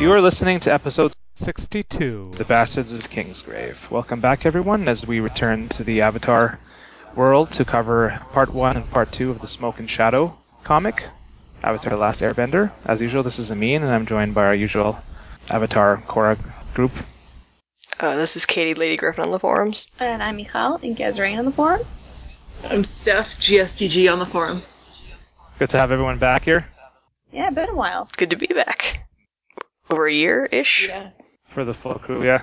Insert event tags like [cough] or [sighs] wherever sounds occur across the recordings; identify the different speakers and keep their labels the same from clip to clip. Speaker 1: You are listening to episode
Speaker 2: 62.
Speaker 1: The Bastards of Kingsgrave. Welcome back, everyone, as we return to the Avatar world to cover part one and part two of the Smoke and Shadow comic, Avatar The Last Airbender. As usual, this is Amin, and I'm joined by our usual Avatar Korra group.
Speaker 3: Uh, this is Katie, Lady Griffin on the forums.
Speaker 4: And I'm Michal and Gezrain on the forums.
Speaker 5: I'm Steph, GSDG on the forums.
Speaker 1: Good to have everyone back here
Speaker 4: Yeah, been a while.
Speaker 3: Good to be back. Over a year ish.
Speaker 5: Yeah.
Speaker 1: for the full crew, yeah.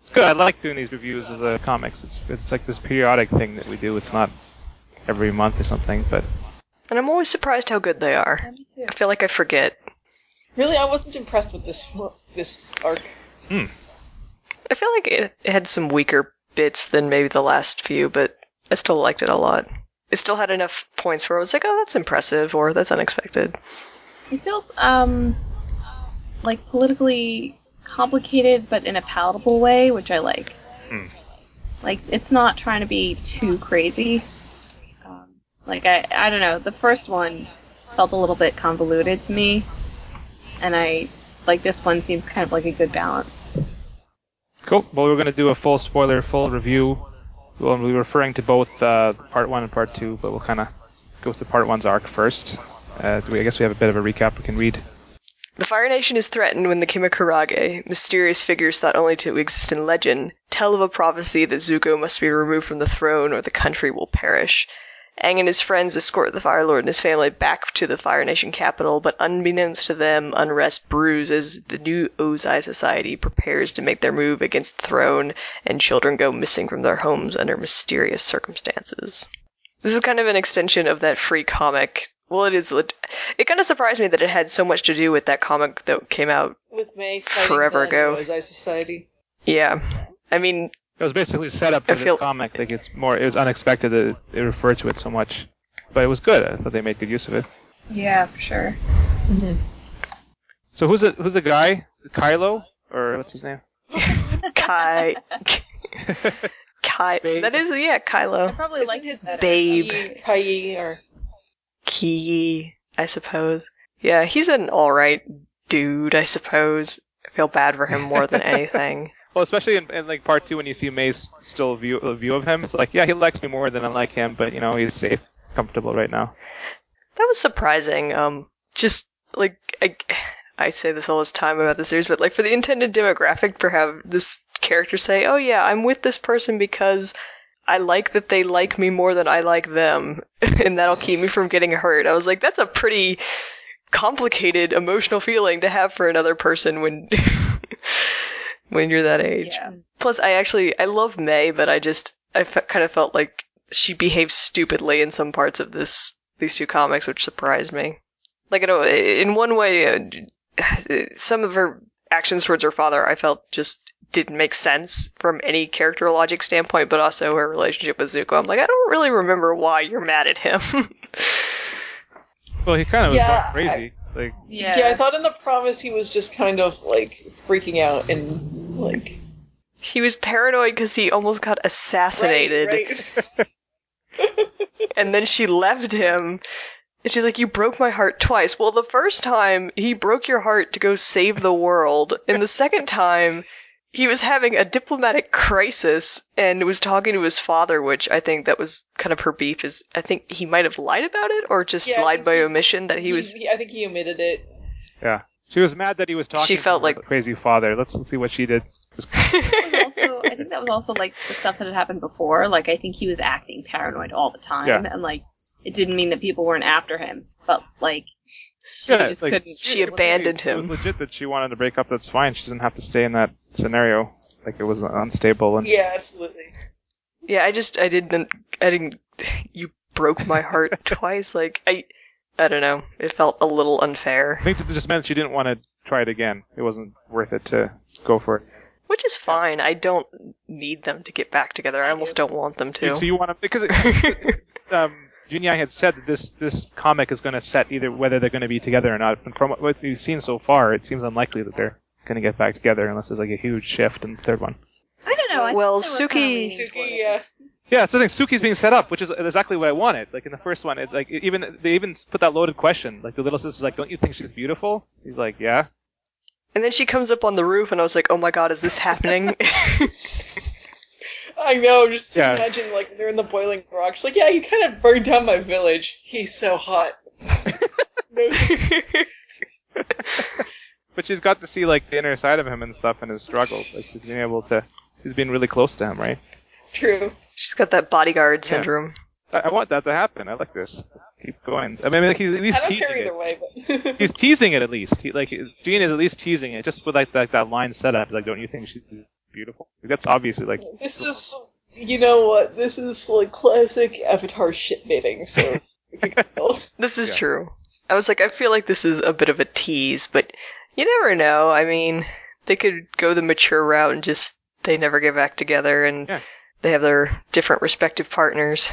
Speaker 1: It's good. I like doing these reviews of the comics. It's, it's like this periodic thing that we do. It's not every month or something, but
Speaker 3: And I'm always surprised how good they are.
Speaker 4: Me too.
Speaker 3: I feel like I forget.
Speaker 5: Really, I wasn't impressed with this this arc.
Speaker 3: I feel like it, it had some weaker bits than maybe the last few, but I still liked it a lot. It still had enough points where I was like, oh, that's impressive, or that's unexpected.
Speaker 4: It feels um like politically complicated, but in a palatable way, which I like.
Speaker 5: Hmm.
Speaker 4: Like it's not trying to be too crazy. Um, like I, I don't know. The first one felt a little bit convoluted to me, and I like this one seems kind of like a good balance.
Speaker 1: Cool. Well, we're going to do a full spoiler, full review. We'll we'll be referring to both uh, part one and part two, but we'll kind of go through part one's arc first. Uh, we, I guess we have a bit of a recap we can read.
Speaker 3: The Fire Nation is threatened when the Kimikurage, mysterious figures thought only to exist in legend, tell of a prophecy that Zuko must be removed from the throne or the country will perish. Aang and his friends escort the Fire Lord and his family back to the Fire Nation capital, but unbeknownst to them, unrest brews as the new Ozai Society prepares to make their move against the throne, and children go missing from their homes under mysterious circumstances. This is kind of an extension of that free comic. Well, it is. lit- It kind of surprised me that it had so much to do with that comic that came out.
Speaker 5: With May fighting
Speaker 3: Forever
Speaker 5: the
Speaker 3: ago.
Speaker 5: Ozai Society.
Speaker 3: Yeah. I mean,
Speaker 1: It was basically set up for
Speaker 3: I
Speaker 1: this
Speaker 3: feel-
Speaker 1: comic. Like it's more. It was unexpected that they referred to it so much, but it was good. I thought they made good use of it.
Speaker 4: Yeah, for sure.
Speaker 1: So who's the who's the guy? Kylo or what's his name?
Speaker 3: Kai. Kai.
Speaker 1: Babe.
Speaker 3: That is, yeah,
Speaker 4: I
Speaker 3: Kylo.
Speaker 4: probably
Speaker 5: Isn't
Speaker 4: like his
Speaker 5: his sister
Speaker 3: Babe.
Speaker 5: Kai- Kai or
Speaker 3: Ki, I suppose. Yeah, he's an alright dude, I suppose. I feel bad for him more than anything.
Speaker 1: Well, especially in, in like part two when you see May's still view uh, view of him, it's like yeah, he likes me more than I like him, but you know he's safe, comfortable right now.
Speaker 3: That was surprising. Um, just like I, I say this all this time about the series, but like for the intended demographic, to have this character say, "Oh yeah, I'm with this person because I like that they like me more than I like them, [laughs] and that'll keep me from getting hurt." I was like, that's a pretty complicated emotional feeling to have for another person when [laughs] when you're that age.
Speaker 4: Yeah.
Speaker 3: Plus, I actually I love May, but I just I fe- kind of felt like she behaves stupidly in some parts of this these two comics, which surprised me. Like I know, in one way, uh, some of her actions towards her father, I felt just didn't make sense from any character logic standpoint, but also her relationship with Zuko. I'm like, I don't really remember why you're mad at him. [laughs]
Speaker 1: Well, he kind of was
Speaker 5: Yeah,
Speaker 1: going crazy. Like
Speaker 4: Yeah.
Speaker 5: yeah. I thought in the promise he was just kind of like freaking out and like
Speaker 3: he was paranoid because he almost got assassinated.
Speaker 5: Right, right.
Speaker 3: and then she left him. And she's like, You broke my heart twice. Well, the first time, he broke your heart to go save the world. And the second time, he was having a diplomatic crisis and was talking to his father, which I think that was kind of her beef is I think he might have lied about it or just
Speaker 5: Yeah, I
Speaker 3: lied
Speaker 5: think
Speaker 3: by
Speaker 5: he-
Speaker 3: omission that [laughs] he was.
Speaker 5: I think he omitted it.
Speaker 1: yeah, she was mad that he was talking.
Speaker 3: She
Speaker 1: to
Speaker 3: felt
Speaker 1: her
Speaker 3: like-
Speaker 1: crazy father. Let's, let's see what she did.
Speaker 4: That was also, I think that was also like the stuff that had happened before. Like I think he was acting paranoid all the time,
Speaker 1: Yeah.
Speaker 4: and like it didn't mean that people weren't after him, but like she
Speaker 1: Yeah,
Speaker 4: just
Speaker 1: like-
Speaker 4: couldn't.
Speaker 3: She
Speaker 4: deal with
Speaker 3: abandoned
Speaker 1: It was
Speaker 3: him.
Speaker 1: legit that she wanted to break up. That's fine. She doesn't have to stay in that scenario. Like it was unstable and
Speaker 5: Yeah, absolutely.
Speaker 3: Yeah, I just I didn't I didn't [laughs] you broke my heart twice. Like I I don't know. It felt a little unfair.
Speaker 1: I think that just meant she didn't want to try it again. It wasn't worth it to go for it.
Speaker 3: Which is fine. I don't need them to get back together. I almost don't want them to.
Speaker 1: So you want to because it,
Speaker 3: [laughs]
Speaker 1: um, Junya had said that this this comic is going to set either whether they're going to be together or not. And from what we've seen so far, it seems unlikely that they're going to get back together unless there's like a huge shift in the third one.
Speaker 4: I don't know. I
Speaker 3: Well,
Speaker 4: think
Speaker 3: Suki-
Speaker 4: they were kinda leaning toward
Speaker 5: Suki,
Speaker 4: it.
Speaker 5: yeah.
Speaker 1: Yeah, it's the thing. Suki's being set up, which is exactly what I wanted. Like in the first one, it, like e-, it even they even put that loaded question. Like the little sister's like, "Don't you think she's beautiful?" He's like, "Yeah."
Speaker 3: And then she comes up on the roof, and I was like, oh my god, is
Speaker 1: [laughs]
Speaker 3: this happening? [laughs]
Speaker 5: I know. Just
Speaker 1: Yeah.
Speaker 5: imagine like they're in the boiling rock. She's like, yeah, you kind of burned down my village. He's
Speaker 3: [laughs]
Speaker 5: so hot. [laughs] No,
Speaker 1: But she's got to see like the inner side of him and stuff and his struggles. Like she's been able to. She's been really close to him, right?
Speaker 5: true.
Speaker 3: She's got that bodyguard syndrome.
Speaker 1: I, I want that to happen. I like this. Keep going. I mean, like, he's at
Speaker 5: I
Speaker 1: least
Speaker 5: don't
Speaker 1: teasing
Speaker 5: care
Speaker 1: it.
Speaker 5: either way, but [laughs]
Speaker 1: He's teasing it at least. He, like Gene is at least teasing it, just with like that, that line set up. Like, don't you think she's beautiful? Like, that's obviously like
Speaker 5: this is you know what? This is like classic Avatar shitbaiting. So we can tell.
Speaker 3: This is
Speaker 1: Yeah.
Speaker 3: true. I was like, I feel like this is a bit of a tease, but you never know. I mean, they could go the mature route and just they never get back together, and
Speaker 1: Yeah.
Speaker 3: they have their different respective partners.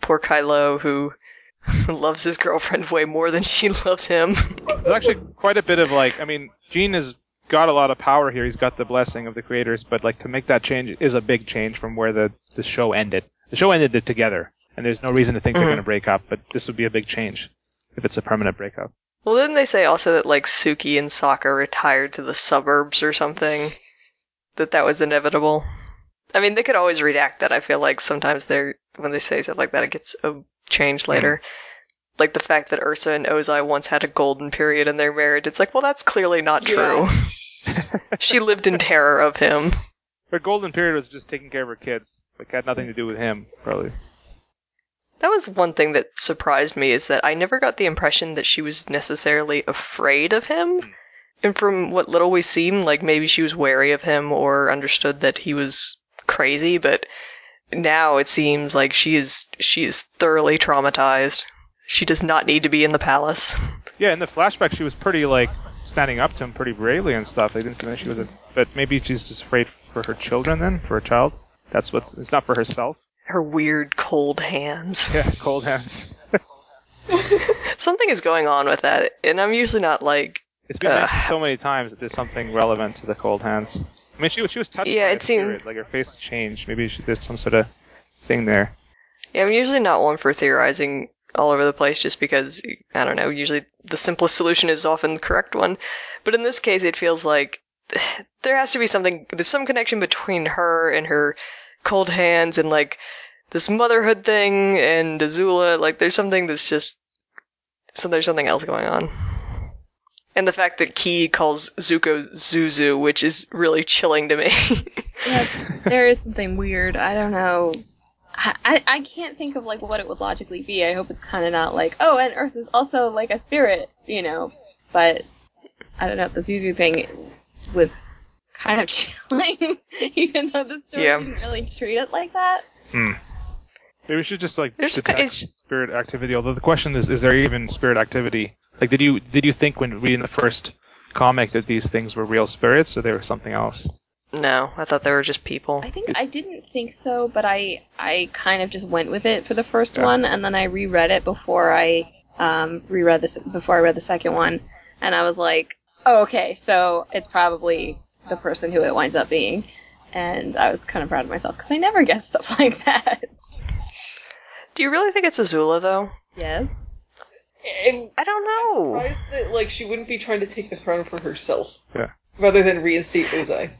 Speaker 3: Poor Kylo, who [laughs] loves his girlfriend way more than she [laughs] loves him.
Speaker 1: There's actually quite a bit of like, I mean, Gene has got a lot of power here. He's got the blessing of the creators, but like to make that change is a big change from where the the show ended. The show ended it together, and there's no reason to think they're
Speaker 3: Mhm.
Speaker 1: going to break up. But this would be a big change if it's a permanent breakup.
Speaker 3: well, then they say also that like Suki and Sokka retired to the suburbs or something. That that was inevitable. I mean, they could always redact that. I feel like sometimes they're when they say stuff like that, it gets uh, changed later. Like the fact that Ursa and Ozai once had a golden period in their marriage. It's like, well, that's clearly not true.
Speaker 5: Yeah.
Speaker 3: she lived in terror of him.
Speaker 1: Her golden period was just taking care of her kids. Like had nothing to do with him, probably.
Speaker 3: That was one thing that surprised me is that I never got the impression that she was necessarily afraid of him. And from what little we seen, like maybe she was wary of him or understood that he was crazy, but now it seems like she is she is thoroughly traumatized. She does not need to be in the palace.
Speaker 1: Yeah, in the flashback, she was pretty like standing up to him pretty bravely and stuff. They didn't seem like she was, a, but maybe she's just afraid for her children then, for her child. That's what's. It's not for herself.
Speaker 3: Her weird cold hands. [laughs]
Speaker 1: Yeah, [laughs] cold hands.
Speaker 3: Something is going on with that, and I'm usually not like
Speaker 1: It's been
Speaker 3: Ugh.
Speaker 1: mentioned so many times that there's something relevant to the cold hands. I mean, she was she was touched.
Speaker 3: Yeah,
Speaker 1: by
Speaker 3: it
Speaker 1: a
Speaker 3: seemed-
Speaker 1: spirit, like her face changed. Maybe she, there's some sort of thing there.
Speaker 3: Yeah, I'm usually not one for theorizing all over the place just because, I don't know, usually the simplest solution is often the correct one. But in this case, it feels like [sighs] there has to be something, there's some connection between her and her cold hands and like this motherhood thing and Azula. Like, there's something that's just, so there's something else going on. And the fact that Key calls Zuko Zuzu, which is really chilling to me. [laughs]
Speaker 4: Yeah, there is something weird. I don't know. I, I, I can't think of like what it would logically be. I hope it's kind of not like oh, and Earth is also like a spirit, you know. But I don't know. The Zuzu thing was kind of [laughs] chilling, even though the story
Speaker 3: Yeah.
Speaker 4: didn't really treat it like that.
Speaker 1: Maybe we should just like
Speaker 3: There's-
Speaker 1: detect
Speaker 3: it's-
Speaker 1: spirit activity. Although the question is, is there even spirit activity? Like, did you did you think when reading the first comic that these things were real spirits, or they were something else?
Speaker 3: no, I thought they were just people.
Speaker 4: I think I didn't think so, but I I kind of just went with it for the first
Speaker 1: Yeah.
Speaker 4: one, and then I reread it before I um, reread this before I read the second one, and I was like, oh, okay, so it's probably the person who it winds up being, and I was kind of proud of myself because I never guess stuff [laughs] like that.
Speaker 3: Do you really think it's Azula, though?
Speaker 4: yes,
Speaker 5: and
Speaker 3: I don't
Speaker 5: I'm
Speaker 3: know.
Speaker 5: surprised that like she wouldn't be trying to take the throne for herself.
Speaker 1: Yeah.
Speaker 5: Rather than reinstate Ozai.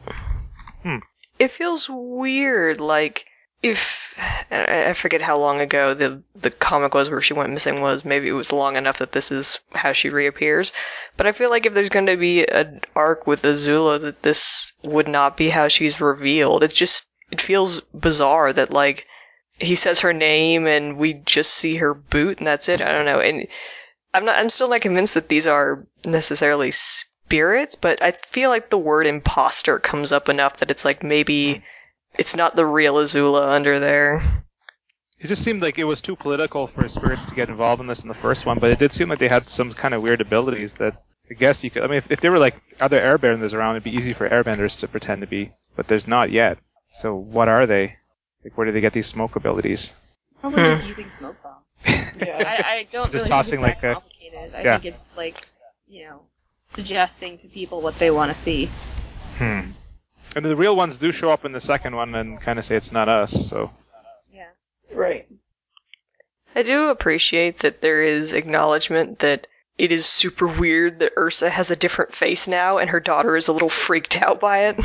Speaker 3: it feels weird like if I I forget how long ago the the comic was where she went missing was maybe it was long enough that this is how she reappears but I feel like if there's going to be an arc with Azula that this would not be how she's revealed it just it feels bizarre that like he says her name and we just see her boot and that's it I don't know and I'm not I'm still not convinced that these are necessarily spirits, but I feel like the word imposter comes up enough that it's like maybe it's not the real Azula under there.
Speaker 1: It just seemed like it was too political for spirits to get involved in this in the first one, but it did seem like they had some kind of weird abilities that I guess you could. I mean, if, if there were like other airbenders around, it'd be easy for airbenders to pretend to be, but there's not yet. So what are they? Like, where do they get these smoke abilities?
Speaker 4: probably
Speaker 3: Hmm.
Speaker 4: just using smoke bomb.
Speaker 1: [laughs]
Speaker 5: Yeah.
Speaker 4: I, I don't
Speaker 1: Just
Speaker 4: really
Speaker 1: tossing,
Speaker 4: think it's that
Speaker 1: like, a-
Speaker 4: complicated. I
Speaker 1: yeah.
Speaker 4: think it's like you know suggesting to people what they want to see.
Speaker 1: Hmm. And the real ones do show up in the second one and kind of say it's not us. So
Speaker 4: Yeah.
Speaker 5: Right.
Speaker 3: I do appreciate that there is acknowledgement that it is super weird that Ursa has a different face now and her daughter is a little freaked out by it.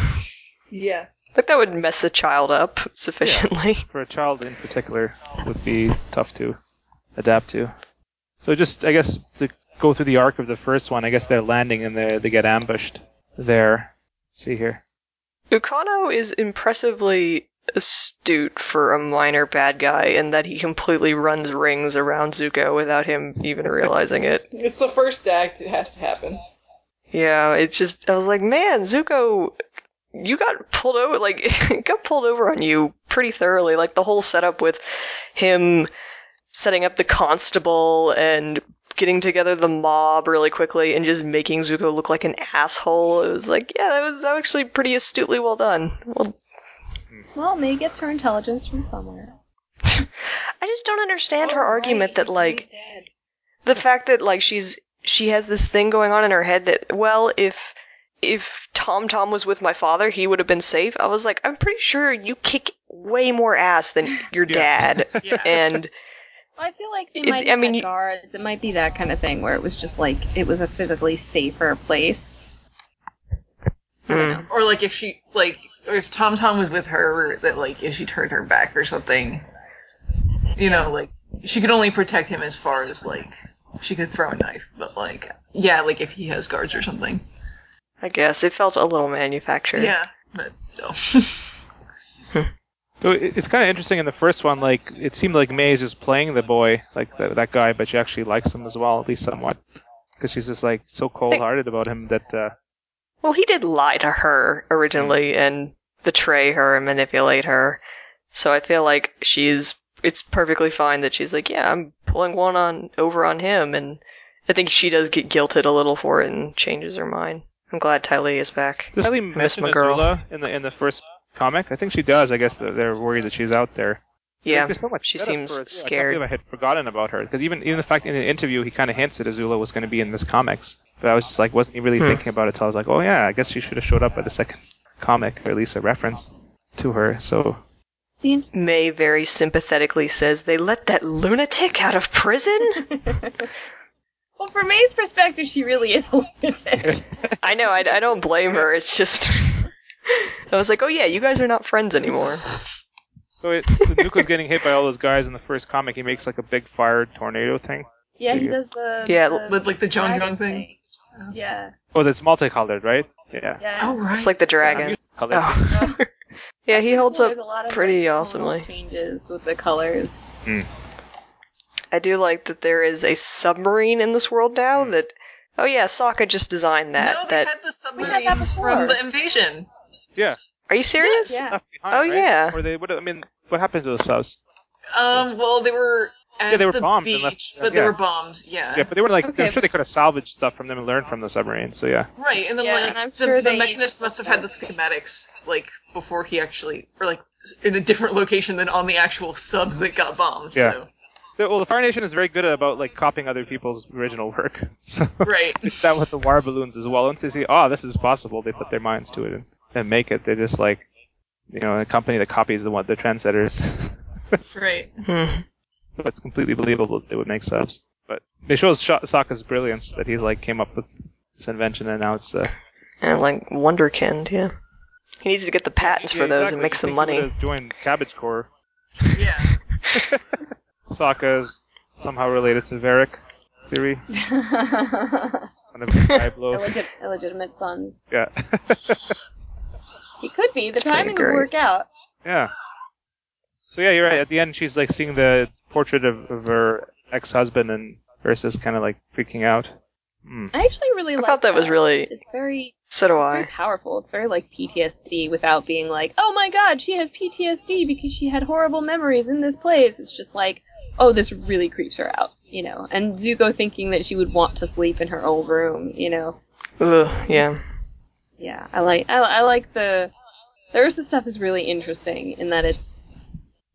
Speaker 5: Yeah.
Speaker 3: like that would mess a child up sufficiently.
Speaker 1: for a child in particular would be tough to adapt to. So just I guess to go through the arc of the first one, I guess they're landing and they they get ambushed there. Let's see here.
Speaker 3: Ukano is impressively astute for a minor bad guy in that he completely runs rings around Zuko without him even realizing it.
Speaker 5: It's the first act, it has to happen.
Speaker 3: Yeah, it's just I was like, man, Zuko you got pulled over like [laughs] it got pulled over on you pretty thoroughly. Like the whole setup with him setting up the constable and getting together the mob really quickly and just making Zuko look like an asshole. It was like, yeah, that was, that was actually pretty astutely well done. Well
Speaker 4: Well, May gets her intelligence from somewhere.
Speaker 3: I just don't understand her
Speaker 5: Oh,
Speaker 3: argument
Speaker 5: right,
Speaker 3: that
Speaker 5: he's-
Speaker 3: like
Speaker 5: he's dead.
Speaker 3: the fact that like she's she has this thing going on in her head that well if if Tom Tom was with my father he would have been safe. I was like I'm pretty sure you kick way more ass than
Speaker 1: Yeah.
Speaker 3: your dad
Speaker 5: Yeah.
Speaker 3: and
Speaker 4: Well, I feel like they
Speaker 3: It's-
Speaker 4: might
Speaker 3: I
Speaker 4: have
Speaker 3: mean,
Speaker 4: had
Speaker 3: you-
Speaker 4: guards. It might be that kind of thing where it was just like it was a physically safer place.
Speaker 3: Mm.
Speaker 5: Or like if she like or if Tom Tom was with her that like if she turned her back or something. You know, like she could only protect him as far as like she could throw a knife, but like yeah, like if he has guards or something.
Speaker 3: I guess it felt a little manufactured.
Speaker 5: Yeah. But still. [laughs]
Speaker 1: So it- it's kind of interesting in the first one. Like it seemed like May is just playing the boy, like that that guy, but she actually likes him as well, at least somewhat, because she's just like so cold-hearted about him that uh,
Speaker 3: Well, he did lie to her originally
Speaker 1: Hmm.
Speaker 3: and betray her and manipulate her. So I feel like she's it's perfectly fine that she's like, yeah, I'm pulling one on over on him and I think she does get guilted a little for it and changes her mind. I'm glad Tylee is back.
Speaker 1: Does Ellie
Speaker 3: miss
Speaker 1: mention
Speaker 3: my girl.
Speaker 1: Azula in the in the first comic? I think she does. I guess they're- they're worried that she's out there. Like,
Speaker 3: Yeah.
Speaker 1: there's so much
Speaker 3: she
Speaker 1: setup for
Speaker 3: seems
Speaker 1: Azula. I can't
Speaker 3: scared.
Speaker 1: believe I had forgotten about her because even even the fact in an interview he kind of hints that Azula was going to be in this comics, but I was just like wasn't really
Speaker 3: Hmm.
Speaker 1: thinking about it till I was like, oh yeah, I guess she should have showed up at the second comic or at least a reference to her. So
Speaker 4: The in-
Speaker 3: May very sympathetically says they let that lunatic out of prison.
Speaker 1: [laughs]
Speaker 4: well, from May's perspective, she really is [laughs] a lunatic.
Speaker 3: I know. I, I don't blame her. It's just [laughs] I was like, oh yeah, you guys are not friends anymore.
Speaker 1: so it, so Zuko's getting hit by all those guys in the first comic. He makes like a big fire tornado thing.
Speaker 4: yeah, he does the
Speaker 3: Yeah,
Speaker 5: With, like, the John
Speaker 4: dragon
Speaker 5: John thing.
Speaker 4: Yeah,
Speaker 1: Oh, that's multicolored, right? Yeah.
Speaker 4: yeah.
Speaker 5: Oh right.
Speaker 3: It's like the dragon.
Speaker 1: Colored.
Speaker 3: Oh. [laughs]
Speaker 4: Oh.
Speaker 3: Yeah, he holds up
Speaker 4: There's a lot of,
Speaker 3: pretty
Speaker 4: tonal
Speaker 3: awesomely.
Speaker 4: Changes with the colors.
Speaker 3: I do like that there is a submarine in this world now that oh yeah, Sokka just designed that.
Speaker 5: no, they
Speaker 3: that
Speaker 5: had the
Speaker 4: had that
Speaker 5: submarines from
Speaker 4: before.
Speaker 5: the invasion.
Speaker 3: Are you serious? [laughs]
Speaker 4: Yeah. [laughs]
Speaker 1: Left behind,
Speaker 3: Oh,
Speaker 1: right?
Speaker 3: yeah.
Speaker 1: Or they would. I mean, what happened to those subs?
Speaker 5: Um, well, they were at
Speaker 1: Yeah, they were
Speaker 5: the
Speaker 1: bombed and
Speaker 5: beach,
Speaker 1: left-
Speaker 5: but they
Speaker 1: yeah.
Speaker 5: were bombed. Yeah,
Speaker 1: Yeah, but they were like,
Speaker 4: Okay,
Speaker 1: I'm sure they could have salvaged stuff from them and learned from the submarine. So yeah,
Speaker 5: right. And then
Speaker 4: Yeah,
Speaker 5: like
Speaker 4: and I'm
Speaker 5: the,
Speaker 4: sure
Speaker 5: the
Speaker 4: they-
Speaker 5: mechanist must have had the schematics like before he actually, or like s- in a different location than on the actual subs that got bombed.
Speaker 1: Yeah.
Speaker 5: So.
Speaker 1: The- well, the Fire Nation is very good about like copying other people's original work. [laughs] So
Speaker 4: [laughs]
Speaker 5: Right.
Speaker 1: that with the wire balloons as well. Once they see, oh, this is possible, they put their minds to it and, and make it. They're just like, you know, a company that copies the one the trendsetters, [laughs]
Speaker 5: Right.
Speaker 3: Hmm.
Speaker 1: so it's completely believable that they would make subs. But it shows Sha- Sokka's brilliance that he's like came up with this invention and now it's uh,
Speaker 3: And like Wonderkind, yeah. He needs to get the patents
Speaker 1: yeah,
Speaker 3: for those
Speaker 1: exactly.
Speaker 3: and
Speaker 1: You
Speaker 3: make some
Speaker 1: think he
Speaker 3: money.
Speaker 1: would've Joined Cabbage Corps.
Speaker 5: Yeah.
Speaker 1: Sokka's somehow related to Varric theory, kind of
Speaker 3: [laughs]
Speaker 1: high blows.
Speaker 4: Illegit- illegitimate son.
Speaker 1: Yeah. [laughs]
Speaker 4: He could be. The
Speaker 3: It's pretty
Speaker 4: timing would
Speaker 3: great.
Speaker 4: work out.
Speaker 1: yeah. So yeah, you're right. At the end, she's like seeing the portrait of, of her ex-husband, and Ursa's kind of like freaking out. Hmm.
Speaker 4: I actually really
Speaker 3: I
Speaker 4: like
Speaker 3: thought that was really
Speaker 4: It's very,
Speaker 3: so do
Speaker 4: it's very
Speaker 3: I.
Speaker 4: powerful. It's very like PTSD without being like, oh my god, she has PTSD because she had horrible memories in this place. It's just like, oh, this really creeps her out, you know. And Zuko thinking that she would want to sleep in her old room, you know.
Speaker 3: Ugh, yeah.
Speaker 4: Yeah, I like, I, I like the, the Ursa stuff is really interesting in that it's,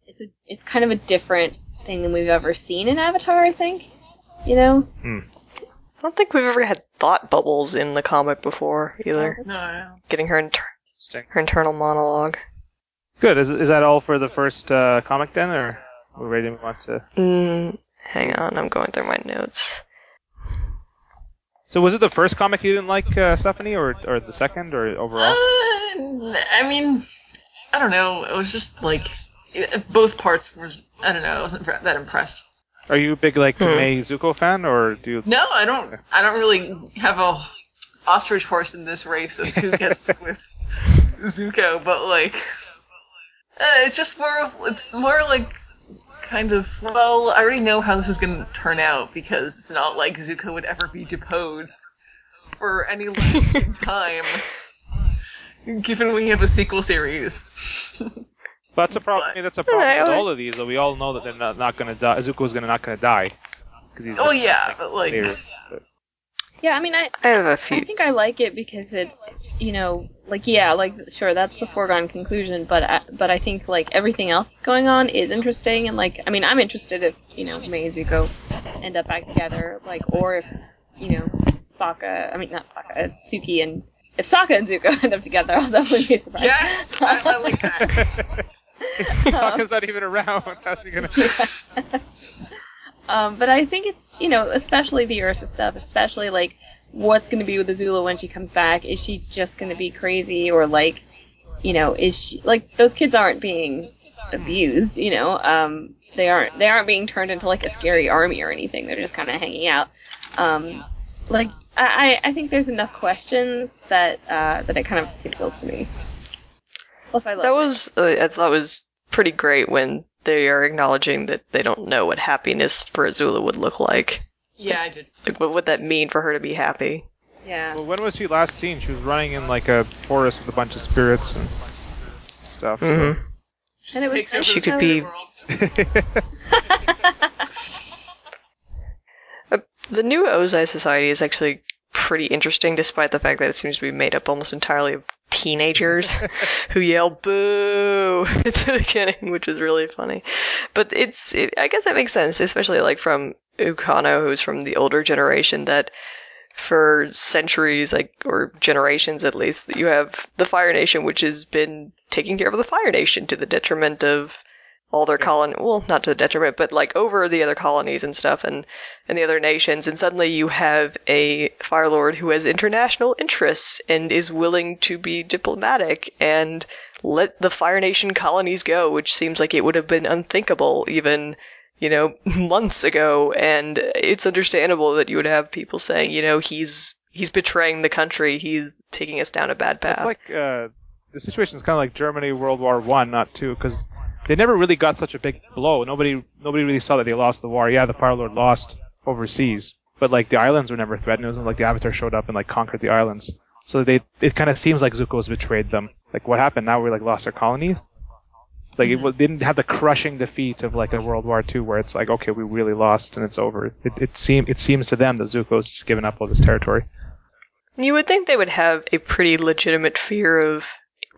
Speaker 4: it's a, it's kind of a different thing than we've ever seen in Avatar. I think, you know.
Speaker 3: I don't think we've ever had thought bubbles in the comic before either.
Speaker 5: No. I don't-
Speaker 3: Getting her inter- her internal monologue.
Speaker 1: Good. Is, is that all for the first uh, comic then, or we're ready to move on to?
Speaker 3: Mm, hang on, I'm going through my notes.
Speaker 1: So was it the first comic you didn't like, uh, Stephanie, or or the second, or
Speaker 5: Uh,
Speaker 1: overall?
Speaker 5: I mean, I don't know. It was just like it- both parts was I don't know. I wasn't that impressed.
Speaker 1: Are you a big like
Speaker 3: Hmm.
Speaker 1: May Zuko fan, or do you?
Speaker 5: No, I don't. I don't really have a ostrich horse in this race of who gets with Zuko, but like, uh, it's just more. of- It's more like kind of. Well, I already know how this is going to turn out because it's not like Zuko would ever be deposed for any length of time. Given we have a sequel series,
Speaker 1: But that's a problem. I mean, that's a problem
Speaker 3: I
Speaker 1: with
Speaker 3: like-
Speaker 1: all of these. Though we all know that they're not, not going to die. Zuko's going to not going to die because he's.
Speaker 5: Oh,
Speaker 1: just,
Speaker 5: yeah, but, like-
Speaker 1: later.
Speaker 4: Yeah, I mean, I,
Speaker 3: I have a
Speaker 4: I
Speaker 3: few.
Speaker 4: think I like it because it's you know like yeah like sure that's the foregone conclusion but I, but I think like everything else that's going on is interesting and like I mean I'm interested if you know May and Zuko end up back together like or if you know Sokka I mean not Sokka if Suki and if Sokka and Zuko [laughs] end up together I'll definitely be surprised.
Speaker 5: yes, I, I like that.
Speaker 1: Sokka's not even around. [laughs] How's he going to?
Speaker 4: Um, but I think it's you know, especially the Ursa stuff, especially like what's going to be with Azula when she comes back. Is she just going to be crazy, or like, you know, is she like those kids aren't being abused? You know, um, they aren't they aren't being turned into like a scary army or anything. They're just kind of hanging out. Um, like I, I I think there's enough questions that uh, that it kind of appeals to me. Plus, I love
Speaker 3: That was uh, I thought was pretty great when they are acknowledging that they don't know what happiness for Azula would look like.
Speaker 5: Yeah, I did.
Speaker 3: Like, what would that mean for her to be happy?
Speaker 4: yeah.
Speaker 1: Well, when was she last seen? She was running in like a forest with a bunch of spirits and stuff.
Speaker 3: Mhm.
Speaker 5: She
Speaker 4: And it was
Speaker 5: takes
Speaker 4: nice
Speaker 5: over the
Speaker 4: She
Speaker 3: could
Speaker 5: spirit
Speaker 3: be- [laughs]
Speaker 5: world.
Speaker 3: Uh, The new Ozai Society is actually pretty interesting, despite the fact that it seems to be made up almost entirely of
Speaker 5: [laughs]
Speaker 3: teenagers who yell "boo" [laughs] at the beginning, which is really funny. But it's, it, I guess, that makes sense, especially like from Ukano, who's from the older generation that. For centuries, like or generations at least, you have the Fire Nation, which has been taking care of the Fire Nation to the detriment of all their colon. Well, not to the detriment, but like over the other colonies and stuff. And and the other nations, and suddenly you have a Fire Lord who has international interests and is willing to be diplomatic and let the Fire Nation colonies go, which seems like it would have been unthinkable even, you know, [laughs] months ago. And it's understandable that you would have people saying, you know, he's he's betraying the country, he's taking us down a bad path.
Speaker 1: It's like uh, the situation's kind of like Germany World War One, not two, because they never really got such a big blow. Nobody, nobody really saw that they lost the war. Yeah, the Fire Lord lost overseas, but like the islands were never threatened. It wasn't like the Avatar showed up and like conquered the islands. So they, it kind of seems like Zuko's betrayed them. Like what happened? Now we like lost our colonies. Like it wa- didn't have the crushing defeat of like a World War II, where it's like, okay, we really lost and it's over. It, it seem it seems to them that Zuko's just given up all this territory.
Speaker 3: You would think they would have a pretty legitimate fear of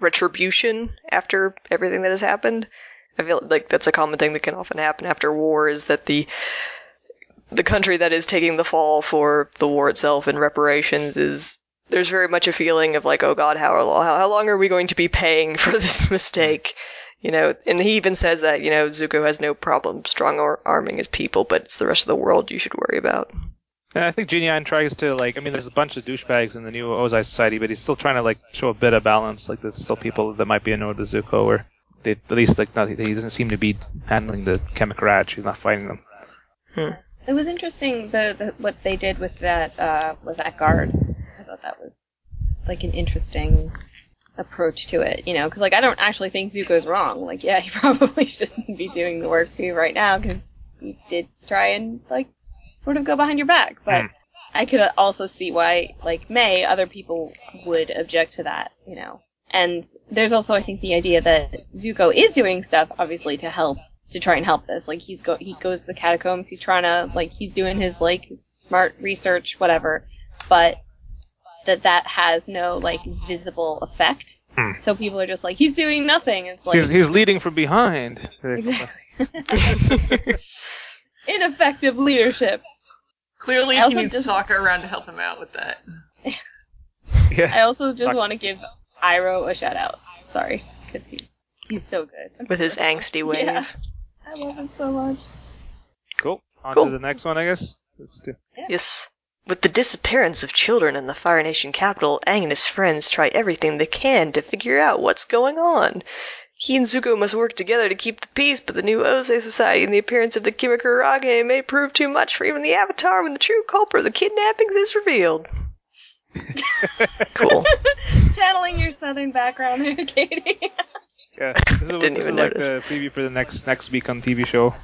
Speaker 3: retribution after everything that has happened. I feel like that's a common thing that can often happen after war is that the the country that is taking the fall for the war itself and reparations is there's very much a feeling of like, oh God, how lo- how, how long are we going to be paying [laughs] for this mistake? You know, and he even says that you know Zuko has no problem strong ar- arming his people, but it's the rest of the world you should worry about.
Speaker 1: And I think Jin Yan tries to like. I mean, there's a bunch of douchebags in the new Ozai Society, but he's still trying to like show a bit of balance. Like, there's still people that might be annoyed with Zuko, or they, at least like not, he doesn't seem to be handling the Kemikaraj. He's not fighting them.
Speaker 4: It was interesting the, the what they did with that uh, with that guard. I thought that was like an interesting approach to it, you know, because like I don't actually think Zuko's wrong. Like, yeah, he [laughs] probably shouldn't be doing the work to right now because he did try and like sort of go behind your back. But
Speaker 1: Mm.
Speaker 4: I could also see why, like May, other people would object to that, you know. And there's also, I think, the idea that Zuko is doing stuff, obviously, to help to try and help this. Like he's go he goes to the catacombs. He's trying to like he's doing his like smart research, whatever. But that that has no like visible effect.
Speaker 1: Hmm.
Speaker 4: So people are just like he's doing nothing. It's like
Speaker 1: he's he's leading from
Speaker 3: [laughs]
Speaker 1: behind.
Speaker 4: Exactly. ineffective leadership.
Speaker 5: Clearly,
Speaker 4: I
Speaker 5: he
Speaker 4: also
Speaker 5: needs
Speaker 4: just-
Speaker 5: Sokka around to help him out with that.
Speaker 1: Yeah.
Speaker 4: I also just
Speaker 1: Sucks.
Speaker 4: want to give Iroh a shout out. Sorry, because he's he's so good. I'm
Speaker 3: With his
Speaker 4: sorry.
Speaker 3: angsty ways.
Speaker 4: Yeah. I love him so much.
Speaker 1: Cool. On
Speaker 3: Cool.
Speaker 1: to the next one, I guess. Let's do.
Speaker 3: Yes. With the disappearance of children in the Fire Nation capital, Aang and his friends try everything they can to figure out what's going on. He and Zuko must work together to keep the peace, but the new Ose Society and the appearance of the Kimikurage may prove too much for even the Avatar when the true culprit of the kidnappings is revealed. cool.
Speaker 4: Channeling your southern background [laughs] there, Katie.
Speaker 3: [laughs]
Speaker 1: Yeah, this is,
Speaker 3: Didn't
Speaker 1: this
Speaker 3: even
Speaker 1: is like
Speaker 3: notice.
Speaker 1: the preview for the next next week on TV show.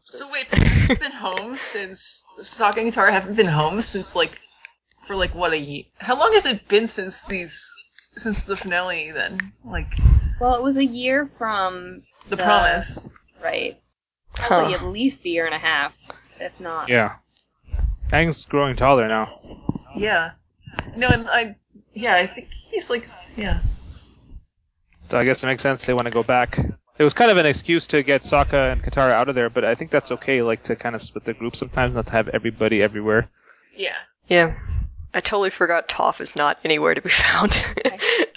Speaker 5: So wait, they haven't been home since Sokka and Katara haven't been home since like for like what a year? How long has it been since these since the finale? Then like
Speaker 4: well, it was a year from
Speaker 5: the
Speaker 4: The-
Speaker 5: promise.
Speaker 4: right,
Speaker 3: Huh.
Speaker 4: probably at least a year and a half, if not.
Speaker 1: Yeah, Aang's growing taller now.
Speaker 5: Yeah. No, and I yeah I think he's like yeah
Speaker 1: So I guess it makes sense they want to go back. It was kind of an excuse to get Sokka and Katara out of there, but I think that's okay, like to kind of split the group sometimes, not to have everybody everywhere.
Speaker 5: yeah.
Speaker 3: [laughs] Yeah. I totally forgot Toph is not anywhere to be found. [laughs]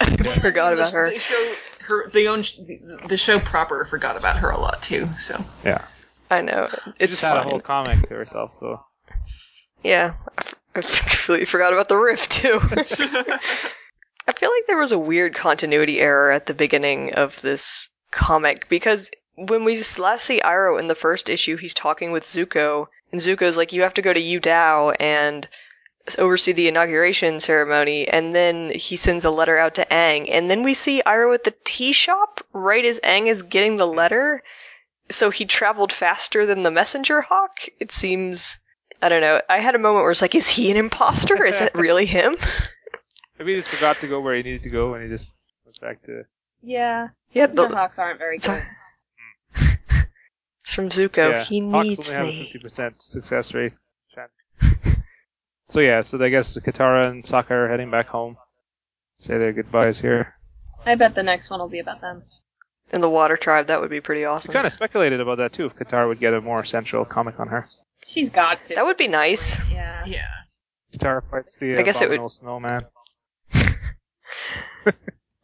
Speaker 3: I forgot about her.
Speaker 5: They show her they own the, the show proper forgot about her a lot too. So
Speaker 1: Yeah,
Speaker 3: I know.
Speaker 1: it
Speaker 3: It's
Speaker 1: just had a whole
Speaker 3: fine.
Speaker 1: comic to herself. So
Speaker 3: Yeah. I f- [laughs] I completely forgot about the rift, too. [laughs] I feel like there was a weird continuity error at the beginning of this comic because when we s- last see Iroh in the first issue, he's talking with Zuko, and Zuko's like, "You have to go to Udao and s- oversee the inauguration ceremony," and then he sends a letter out to Aang, and then we see Iroh at the tea shop right as Aang is getting the letter. So he traveled faster than the messenger hawk. It seems. I don't know. I had a moment where it's like, is he an imposter? Is that really him?
Speaker 1: maybe he just forgot to go where he needed to go, and he just went back to.
Speaker 4: Yeah,
Speaker 3: Yeah,
Speaker 4: the
Speaker 3: the-
Speaker 4: Hawks aren't very good.
Speaker 3: It's from Zuko.
Speaker 1: yeah.
Speaker 3: He
Speaker 1: Hawks only
Speaker 3: needs
Speaker 1: have a
Speaker 3: me.
Speaker 1: fifty percent success rate. so yeah, so I guess Katara and Sokka are heading back home. Say their goodbyes here.
Speaker 4: I bet the next one will be about them.
Speaker 3: In the Water Tribe, that would be pretty awesome.
Speaker 1: We kind of speculated about that too. If Katara would get a more central comic on her,
Speaker 4: She's got to.
Speaker 3: That would be nice.
Speaker 4: yeah.
Speaker 5: yeah.
Speaker 1: Katara fights the uh,
Speaker 3: I guess it would-
Speaker 1: abominable snowman.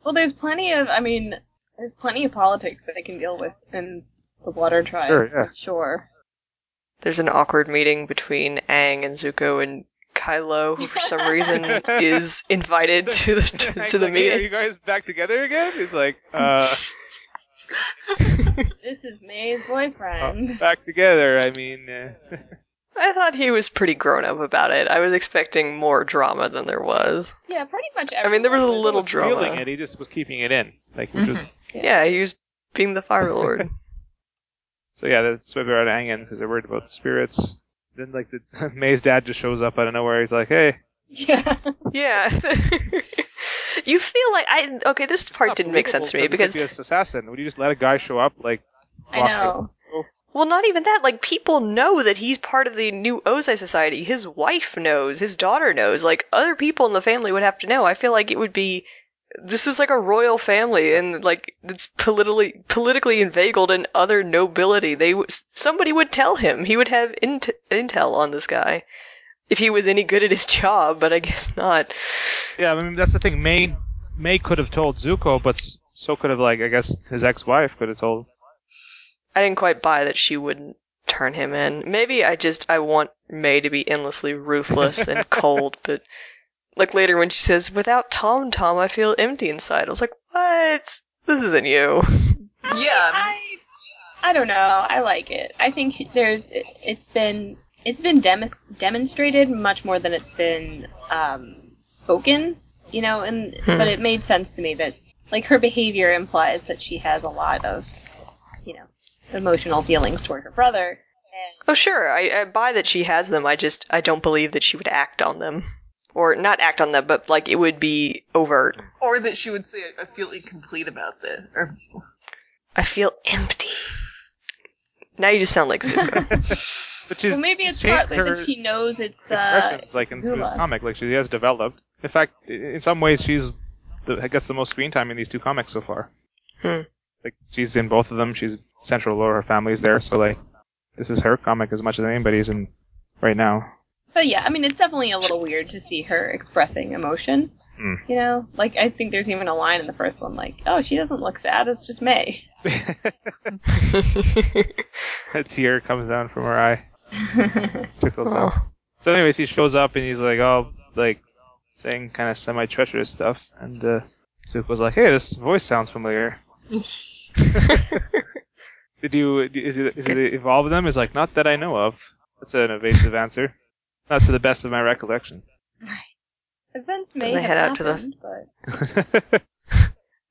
Speaker 4: Well, there's plenty of. I mean, there's plenty of politics that they can deal with in the Water Tribe.
Speaker 1: Sure, yeah.
Speaker 4: for Sure.
Speaker 3: There's an awkward meeting between Aang and Zuko and Kylo, who for some
Speaker 1: [laughs]
Speaker 3: reason is invited to the to,
Speaker 1: Hank's
Speaker 3: to the
Speaker 1: like, "Hey, are
Speaker 3: meeting.
Speaker 1: you guys back together again? He's
Speaker 3: [laughs]
Speaker 1: like, uh,
Speaker 4: This is May's boyfriend.
Speaker 1: back together. I mean, uh, [laughs]
Speaker 3: I thought he was pretty grown up about it. I was expecting more drama than there was.
Speaker 4: Yeah, pretty much.
Speaker 3: I mean, there was a
Speaker 4: everyone
Speaker 3: little [laughs]
Speaker 1: he was feeling
Speaker 3: drama. Mm-hmm.
Speaker 1: it. He just was keeping it in. Like, which was,
Speaker 3: Yeah, he was being the
Speaker 1: [laughs]
Speaker 3: Fire Lord.
Speaker 1: so yeah, that's why they're out hanging because they're worried about the spirits. Then like the [laughs] May's dad just shows up out of nowhere. He's like, hey,
Speaker 4: Yeah.
Speaker 3: yeah. [laughs] you feel like I okay. This part
Speaker 1: not
Speaker 3: didn't make sense to me
Speaker 1: believable
Speaker 3: because
Speaker 1: he could be an assassin. Would you just let a guy show up? Like,
Speaker 4: I
Speaker 1: walk-
Speaker 4: know.
Speaker 3: Well, not even that. Like, people know that he's part of the new Ozai Society. His wife knows. His daughter knows. Like, other people in the family would have to know. I feel like it would be. This is like a royal family, and like it's politically politically inveigled in other nobility. They w- somebody would tell him. He would have int- intel on this guy if he was any good at his [laughs] job. But I guess not.
Speaker 1: Yeah, I mean that's the thing. May May could have told Zuko, but s- so could have like I guess his ex-wife could have told.
Speaker 3: I didn't quite buy that she wouldn't turn him in. Maybe I just I want May to be endlessly ruthless and cold, but like later when she says, "Without Tom Tom, I feel empty inside." I was like, "What? This isn't you."
Speaker 5: Yeah.
Speaker 4: I. I don't know. I like it. I think there's. It, it's been. It's been demis- demonstrated much more than it's been um, spoken. You know, and
Speaker 3: Hmm.
Speaker 4: but it made sense to me that like her behavior implies that she has a lot of, you know, emotional feelings toward her brother. And
Speaker 3: Oh, sure, I, I buy that she has them. I just I don't believe that she would act on them, or not act on them, but like it would be overt.
Speaker 5: Or that she would say, "I feel incomplete about this." Or
Speaker 3: I feel empty. Now you just sound like Zuko.
Speaker 1: But she's,
Speaker 4: well, maybe
Speaker 1: she's
Speaker 4: it's
Speaker 1: changed
Speaker 4: partly
Speaker 1: her-
Speaker 4: that she knows it's uh,
Speaker 1: expressions like in this
Speaker 4: Zula.
Speaker 1: comic. Like she has developed. In fact, i- in some ways, she's the, I guess the most screen time in these two comics so far.
Speaker 3: Hmm.
Speaker 1: Like she's in both of them. She's central lore. Her family's there. So like, this is her comic as much as anybody's in right now.
Speaker 4: But yeah, I mean, it's definitely a little weird to see her expressing emotion.
Speaker 1: Hmm.
Speaker 4: You know, like I think there's even a line in the first one, like, "Oh, she doesn't look sad. It's just May."
Speaker 1: A tear comes down from her eye. Trickles
Speaker 3: Aw.
Speaker 1: down. So, anyways, he shows up and he's like all like saying kind of semi treacherous stuff, and uh, Zuko was like, "Hey, this voice sounds familiar." Did you? Is it? Is it evolve them? Is like not that I know of. That's an evasive answer. Not to the best of my recollection.
Speaker 4: Events
Speaker 3: Then
Speaker 4: may
Speaker 3: they
Speaker 4: have
Speaker 3: head out to the-
Speaker 4: happened, but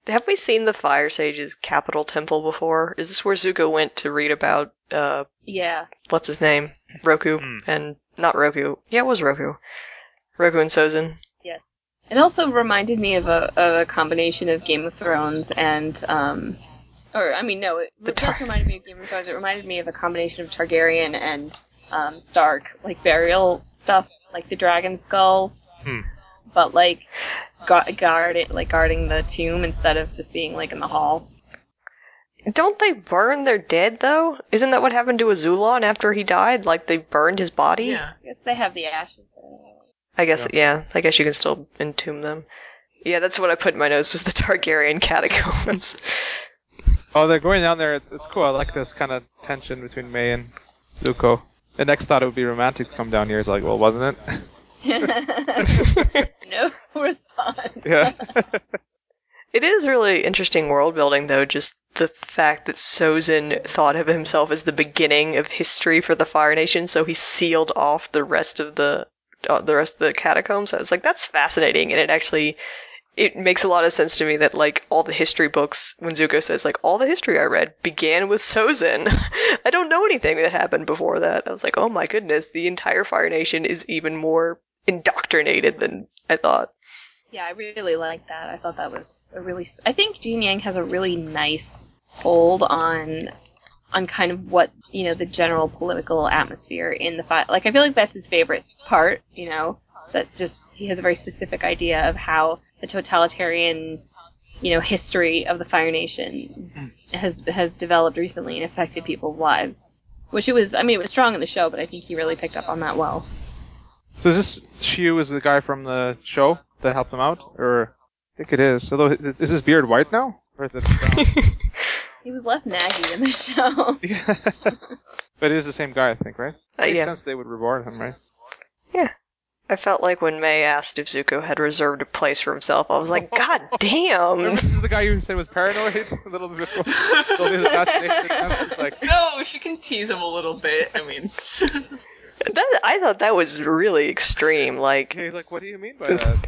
Speaker 3: Have we seen the Fire Sage's capital temple before? Is this where Zuko went to read about uh
Speaker 4: yeah,
Speaker 3: what's his name? Roku
Speaker 1: Hmm.
Speaker 3: and not Roku. Yeah, it was Roku. Roku and Sozin.
Speaker 4: it also reminded me of a, of a combination of Game of Thrones and um, or I mean, no, it
Speaker 3: The
Speaker 4: it just
Speaker 3: Tar-
Speaker 4: reminded me of Game of Thrones. It reminded me of a combination of Targaryen and um, Stark, like burial stuff, like the dragon skulls,
Speaker 1: Hmm.
Speaker 4: but like gu- guard it, like guarding the tomb instead of just being like in the hall.
Speaker 3: Don't they burn their dead though? Isn't that what happened to Azulon after he died? Like they burned his body?
Speaker 5: Yeah.
Speaker 4: I guess they have the ashes. there.
Speaker 3: I guess yeah. I guess you can still entomb them. Yeah, that's what I put in my notes was the Targaryen [laughs] catacombs.
Speaker 1: oh, they're going down there. It's- It's cool. I like this kind of tension between May and Zuko. The next thought it would be romantic to come down here. It's like, well, wasn't it?
Speaker 4: [laughs] no response.
Speaker 1: yeah.
Speaker 3: It is really interesting world building, though, just the fact that Sozin thought of himself as the beginning of history for the Fire Nation, so he sealed off the rest of the uh, the rest of the catacombs. I was like, that's fascinating, and it actually it makes a lot of sense to me that like all the history books when Zuko says like all the history I read began with Sozin. [laughs] I don't know anything that happened before that. I was like, oh my goodness, the entire Fire Nation is even more indoctrinated than I thought.
Speaker 4: Yeah, I really liked that. I thought that was a really. I think Jean Yang has a really nice hold on on kind of what you know the general political atmosphere in the fight. Like I feel like that's his favorite part. You know that just he has a very specific idea of how the totalitarian you know history of the Fire Nation has has developed recently and affected people's lives. Which it was. I mean, it was strong in the show, but I think he really picked up on that well.
Speaker 1: [laughs] So is this Shiu is the guy from the show that helped him out, or I think it is. Although h- is his beard white now, or is it? Brown?
Speaker 3: [laughs]
Speaker 1: [laughs]
Speaker 4: He was less naggy in the [laughs] show.
Speaker 1: yeah. But it is the same guy, I think, right?
Speaker 3: Uh,
Speaker 1: Makes
Speaker 3: yeah.
Speaker 1: sense they would reward him,
Speaker 3: [laughs]
Speaker 1: right?
Speaker 3: I felt like when May asked if Zuko had reserved a place for himself, I was like, God
Speaker 1: [laughs]
Speaker 3: damn! [laughs]
Speaker 1: Remember the guy you said was paranoid? [laughs] A little bit before. told his assassination attempt, it's like,
Speaker 5: No, she can tease him a little bit. I mean,
Speaker 3: That, I thought that was really extreme. Like,
Speaker 1: okay, like, what do you mean by
Speaker 3: [laughs]
Speaker 1: that?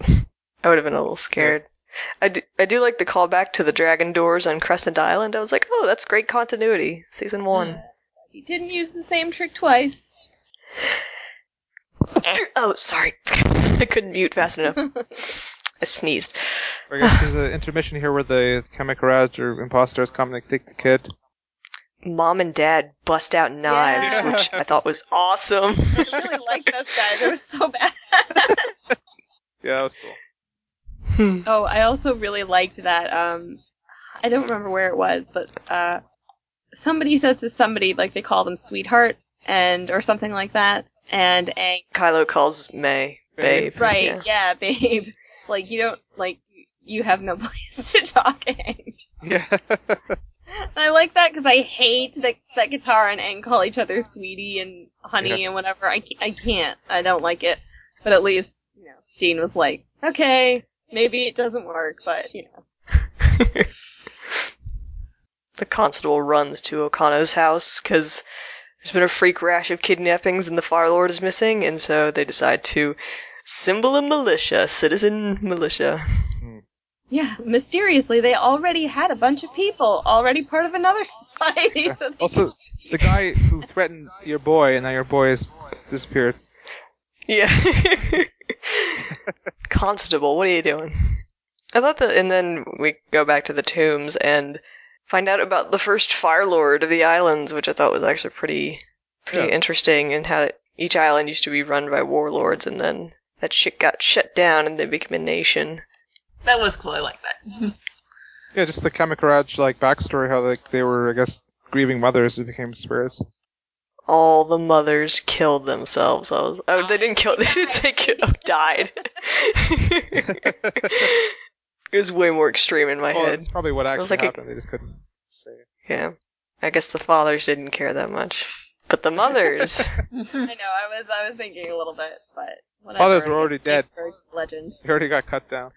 Speaker 3: I would have been a little scared. I do, I do like the callback to the dragon doors on Crescent Island. I was like, oh, that's great continuity. Season one.
Speaker 4: He didn't use the same trick twice.
Speaker 3: [laughs] oh, sorry. I couldn't mute fast enough. I sneezed.
Speaker 1: I guess there's an intermission here where the Kamikaraj or imposters come and take the kid.
Speaker 3: Mom and dad bust out knives,
Speaker 1: Yeah.
Speaker 3: which I thought was awesome.
Speaker 4: I really like those guys. They were so bad.
Speaker 1: Yeah, that was cool.
Speaker 3: Hmm.
Speaker 4: Oh, I also really liked that. Um, I don't remember where it was, but uh, somebody says to somebody like they call them sweetheart and or something like that. And Aang,
Speaker 3: Kylo calls May
Speaker 1: Babe.
Speaker 3: babe.
Speaker 4: right?
Speaker 3: Yeah.
Speaker 4: Yeah, babe. Like you don't like you have no [laughs] place to talk. Aang.
Speaker 1: [laughs] Yeah.
Speaker 4: And [laughs] I like that because I hate that that Guitar and Aang call each other sweetie and honey
Speaker 1: Yeah.
Speaker 4: and whatever. I ca- I can't. I don't like it. But at least you know, Jean was like, okay, maybe it doesn't work, but you know.
Speaker 3: the constable runs to Okano's house because there's been a freak rash of kidnappings and the Fire Lord is missing, and so they decide to symbol a militia, citizen militia.
Speaker 4: Yeah, mysteriously, they already had a bunch of people already part of another [laughs] society. So they
Speaker 1: Also, the guy who threatened your boy, and now your boy has disappeared.
Speaker 3: Yeah. [laughs] Constable, what are you doing? I thought that, and then we go back to the tombs and find out about the first Fire Lord of the islands, which I thought was actually pretty, pretty
Speaker 1: Yeah.
Speaker 3: interesting, and how each island used to be run by warlords, and then that shit got shut down, and they became a nation.
Speaker 5: [laughs] that was cool. I like that.
Speaker 1: Yeah, just the Kamikaraj like backstory, how like they were, I guess, grieving mothers who became [laughs] spirits.
Speaker 3: all the mothers killed themselves. I was, oh, they didn't kill. [laughs] They didn't take it. Oh, died. [laughs] it was way more extreme in my
Speaker 1: Well,
Speaker 3: head.
Speaker 1: that's probably what actually
Speaker 3: was like a-
Speaker 1: happened. They just couldn't say.
Speaker 3: Yeah, I guess the fathers didn't care that much, but the mothers.
Speaker 4: [laughs]
Speaker 1: [laughs]
Speaker 4: I know. I was I was thinking a little bit, but whatever.
Speaker 1: Fathers
Speaker 4: I
Speaker 1: were already
Speaker 4: guess thanks
Speaker 1: dead.
Speaker 4: for Legend.
Speaker 1: He already got cut down.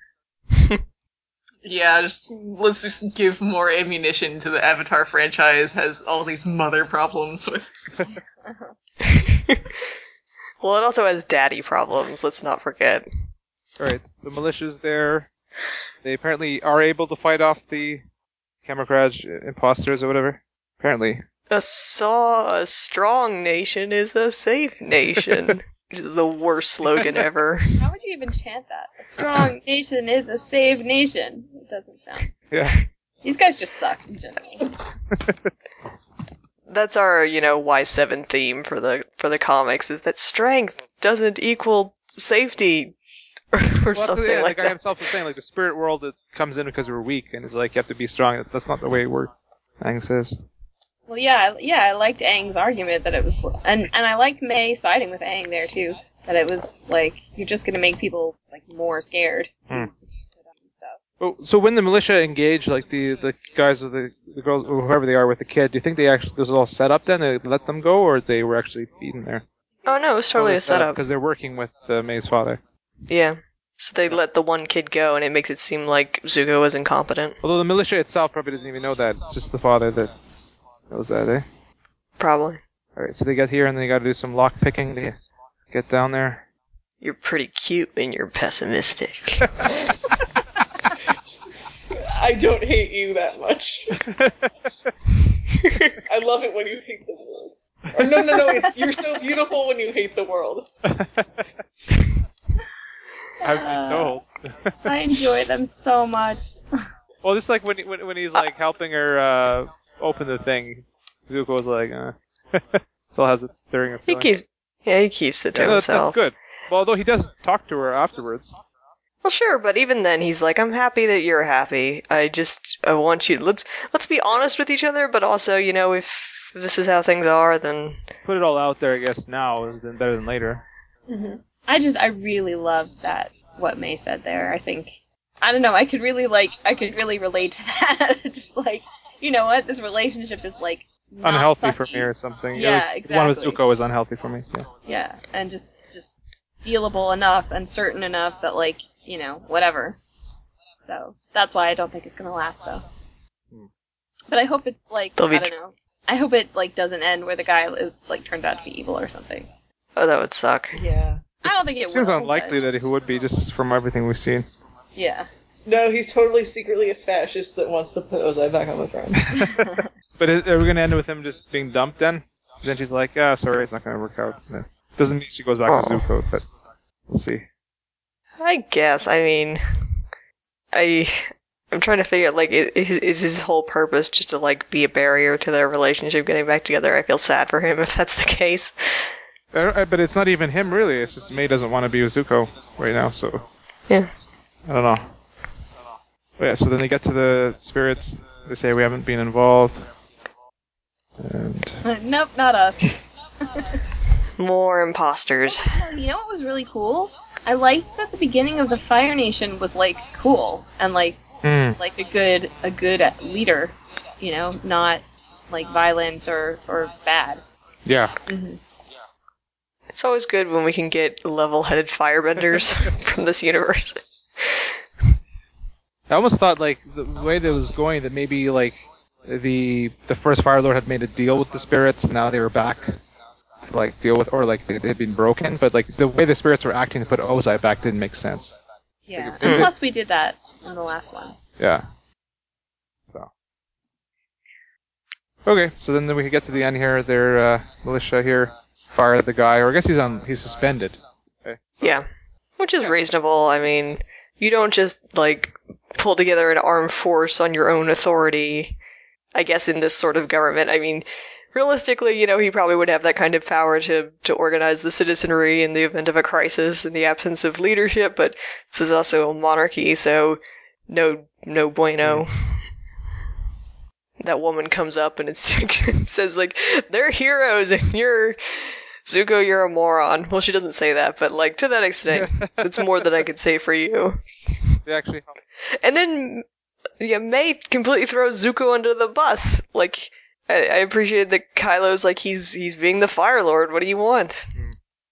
Speaker 5: Yeah, just let's just give more ammunition to the Avatar franchise. Has all these mother problems with.
Speaker 3: well, it also has daddy problems, let's not forget.
Speaker 1: All right, the militia's there. They apparently are able to fight off the Kamakaj imposters or whatever. Apparently,
Speaker 3: A saw a strong nation is a safe
Speaker 1: [laughs]
Speaker 3: nation. Which is the worst slogan ever.
Speaker 4: How would you even chant that? A strong nation is a saved nation. It doesn't sound.
Speaker 3: [laughs]
Speaker 1: yeah.
Speaker 4: These guys just suck in general.
Speaker 3: That's our, you know, Y7 theme for the for the comics is that strength doesn't equal safety [laughs] or
Speaker 1: Well, that's
Speaker 3: something
Speaker 1: the- yeah,
Speaker 3: like
Speaker 1: the guy
Speaker 3: that.
Speaker 1: himself was saying, like, the spirit world that comes in because we're weak and is like, you have to be strong. That's not the way it works. Ang says.
Speaker 4: Well, yeah, I- yeah. I liked Aang's argument that it was, and and I liked May siding with Aang there too. That it was like you're just gonna make people like more scared.
Speaker 1: Hmm.
Speaker 4: Stuff.
Speaker 1: Oh, so when the militia engage, like the, the guys or the, the girls or whoever they are with the kid, do you think they actually this was all set up? Then they let them go, or they were actually beaten there?
Speaker 3: Oh no, it's totally a setup.
Speaker 1: because they're working with uh, May's father.
Speaker 3: Yeah. So they let the one kid go and it makes it seem like Zuko was incompetent.
Speaker 1: Although the militia itself probably doesn't even know that. It's just the father that knows that, eh?
Speaker 3: Probably.
Speaker 1: All right, so they get here and they got to do some lock picking to get down there.
Speaker 3: You're pretty cute and you're pessimistic.
Speaker 5: I don't hate you that
Speaker 2: [laughs]
Speaker 5: much. I love it when you hate the world. Or no, no, no! It's you're so beautiful when you hate the world.
Speaker 1: I've
Speaker 3: Uh,
Speaker 1: been told.
Speaker 4: I enjoy them so much.
Speaker 1: Well, just like when when, when he's like helping her uh, open the thing, Zuko was like, uh, [laughs] still has a stirring of
Speaker 3: he
Speaker 1: feeling.
Speaker 3: keeps yeah, he keeps it to
Speaker 1: Yeah, that's,
Speaker 3: himself.
Speaker 1: that's good. Well, although he does talk to her afterwards.
Speaker 3: Well, sure, but even then, he's like, "I'm happy that you're happy. I just, I want you. Let's let's be honest with each other, but also, you know, if this is how things are, then
Speaker 1: Put it all out there, I guess. Now is better than later.
Speaker 4: I just I really loved that what May said there. I think I don't know, I could really like I could really relate to [laughs] that. just like, you know what, this relationship is like not
Speaker 1: unhealthy
Speaker 4: sucky.
Speaker 1: for me or something.
Speaker 4: Yeah,
Speaker 1: like, One with
Speaker 4: exactly.
Speaker 1: Zuko is unhealthy for me. Yeah.
Speaker 4: Yeah. And just just dealable enough and certain enough that like, you know, whatever. So that's why I don't think it's gonna last though.
Speaker 1: Hmm.
Speaker 4: But I hope it's like
Speaker 3: They'll be
Speaker 4: I don't know. I hope it like doesn't end where the guy is like turns out to be evil or something.
Speaker 3: oh, that would suck."
Speaker 5: Yeah.
Speaker 4: I don't think it,
Speaker 1: It seems
Speaker 4: will,
Speaker 1: unlikely
Speaker 4: but-
Speaker 1: that it would be, just from everything we've seen.
Speaker 4: yeah. [laughs]
Speaker 5: No, he's totally secretly a fascist that wants to put Ozai back on the throne.
Speaker 1: But is- are we going to end with him just being dumped then? Then she's like, ah, sorry, it's not going to work out. No. Doesn't mean she goes back to
Speaker 3: Oh.
Speaker 1: Zuko, but we'll see.
Speaker 3: I guess. I mean, I I'm trying to figure out like i- is is his whole purpose just to like be a barrier to their relationship getting back together? I feel sad for him if that's the case.
Speaker 1: I don't- I- But it's not even him, really. It's just May doesn't want to be with Zuko right now, so
Speaker 3: Yeah.
Speaker 1: I don't know. But yeah, so then they get to the spirits. They say, we haven't been involved. And
Speaker 4: nope, not us. [laughs]
Speaker 3: More imposters.
Speaker 4: Well, you know what was really cool? I liked that the beginning of the Fire Nation was like cool and like
Speaker 1: Hmm.
Speaker 4: like a good a good leader, you know, not like violent or or bad.
Speaker 1: yeah,
Speaker 3: It's always good when we can get level-headed firebenders [laughs] from this universe.
Speaker 1: I almost thought like the way that it was going that maybe like the the first Fire Lord had made a deal with the spirits and now they were back to like deal with or like they had been broken, but like the way the spirits were acting to put Ozai back didn't make sense. Mm.
Speaker 4: Yeah. And plus we did that in the last one.
Speaker 1: Yeah. So Okay, so then we get to the end here, their uh, militia here fire the guy, or I guess he's on he's suspended. [laughs] Okay. so-
Speaker 3: Yeah. Which is reasonable. I mean, you don't just, like, pull together an armed force on your own authority, I guess, in this sort of government. I mean, realistically, you know, he probably would have that kind of power to, to organize the citizenry in the event of a crisis in the absence of leadership, but this is also a monarchy, so no, no bueno. [laughs] That woman comes up and it's, [laughs] it says, like, they're heroes and you're Zuko, you're a moron. Well, she doesn't say that, but like to
Speaker 1: [laughs]
Speaker 3: that extent, that's more than I could say for you.
Speaker 1: They actually help.
Speaker 3: And then, yeah, May completely throws Zuko under the bus. Like, I, I appreciate that Kylo's like he's he's being the Fire Lord. What do you want?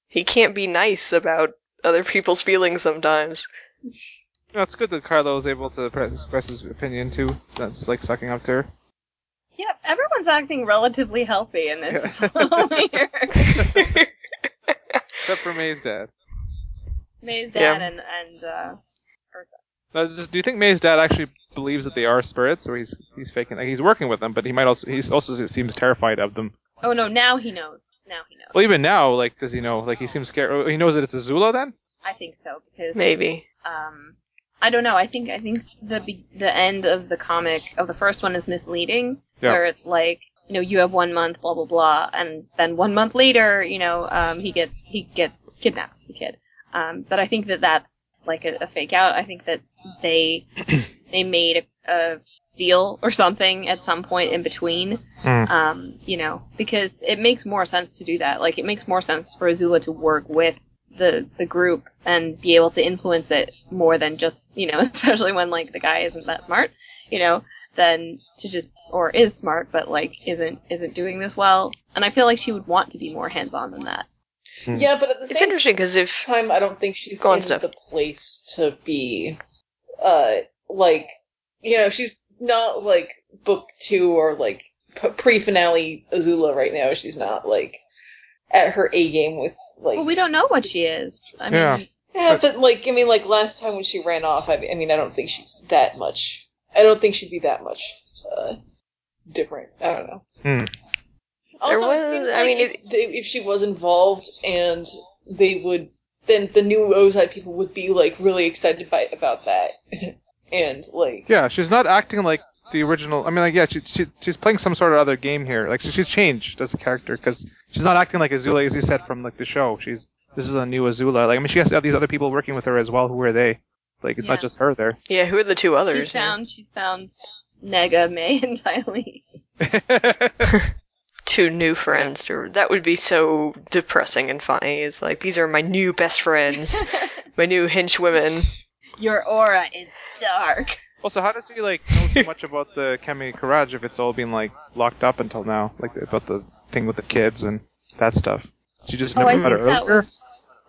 Speaker 3: He can't be nice about other people's feelings sometimes.
Speaker 1: No, it's good that Carlo is able to press- express his opinion too. That's like sucking up to her.
Speaker 4: Yep, everyone's acting relatively healthy in this. It's a little [laughs] weird.
Speaker 1: Except for May's dad.
Speaker 4: May's
Speaker 3: Yeah.
Speaker 4: dad and and uh,
Speaker 1: Now, just, do you think May's dad actually believes that they are spirits, or he's he's faking? Like he's working with them, but he might also he's also seems terrified of them.
Speaker 4: oh no, now he knows. Now he knows.
Speaker 1: Well, even now, like does he know? Like he seems scared. oh, He knows that it's Azula. Then
Speaker 4: I think so because
Speaker 3: Maybe.
Speaker 4: um I don't know. I think I think the be- the end of the comic of the first one is misleading,
Speaker 1: Yeah.
Speaker 4: where it's like you know you have one month, blah blah blah, and then one month later, you know, um, he gets he gets kidnaps the kid. Um, but I think that that's like a, a fake out. I think that
Speaker 1: [clears throat]
Speaker 4: they they made a, a deal or something at some point in between,
Speaker 1: Hmm.
Speaker 4: um, you know, because it makes more sense to do that. Like it makes more sense for Azula to work with the the group and be able to influence it more than just you know [laughs] especially when like the guy isn't that smart you know than to just or is smart but like isn't isn't doing this well and i feel like she would want to be more hands on than that
Speaker 2: Yeah, but at the
Speaker 3: It's
Speaker 2: same
Speaker 3: interesting because if
Speaker 2: time, I don't think she's
Speaker 3: Go on,
Speaker 2: in
Speaker 3: Steph.
Speaker 2: the place to be, uh, like, you know, she's not like book two or like pre finale Azula right now. She's not like at her A game with like.
Speaker 4: well we don't know what she is i mean
Speaker 1: Yeah.
Speaker 2: Yeah, but like, I mean, like last time when she ran off, I, I mean, I don't think she's that much. I don't think she'd be that much uh, different. I don't know.
Speaker 1: Hmm.
Speaker 2: Also,
Speaker 3: There was-
Speaker 2: it seems
Speaker 3: I
Speaker 2: like
Speaker 3: mean,
Speaker 2: if, they- if she was involved, and they would, then the new Ozai people would be like really excited by about that, [laughs] and like,
Speaker 1: yeah, she's not acting like the original. I mean, like yeah, she, she she's playing some sort of other game here. Like she, she's changed as a character because she's not acting like Azula as you said from like the show. She's this is a new Azula. Like I mean, she has to have these other people working with her as well. Who are they? Like it's
Speaker 4: Yeah.
Speaker 1: not just her there.
Speaker 3: Oh, yeah, who are the two others?
Speaker 4: she's found she's found nega may [laughs] entirely
Speaker 3: two new friends. to- That would be so depressing and funny. It's like these are my new best friends, my new hench women.
Speaker 4: your aura is dark
Speaker 1: Also, how does he like know too much about the Kami Karaj if it's all been like locked up until now, like about the thing with the kids and that stuff? She just
Speaker 4: oh
Speaker 1: never
Speaker 4: i think
Speaker 1: met her
Speaker 4: that
Speaker 1: earlier,
Speaker 4: was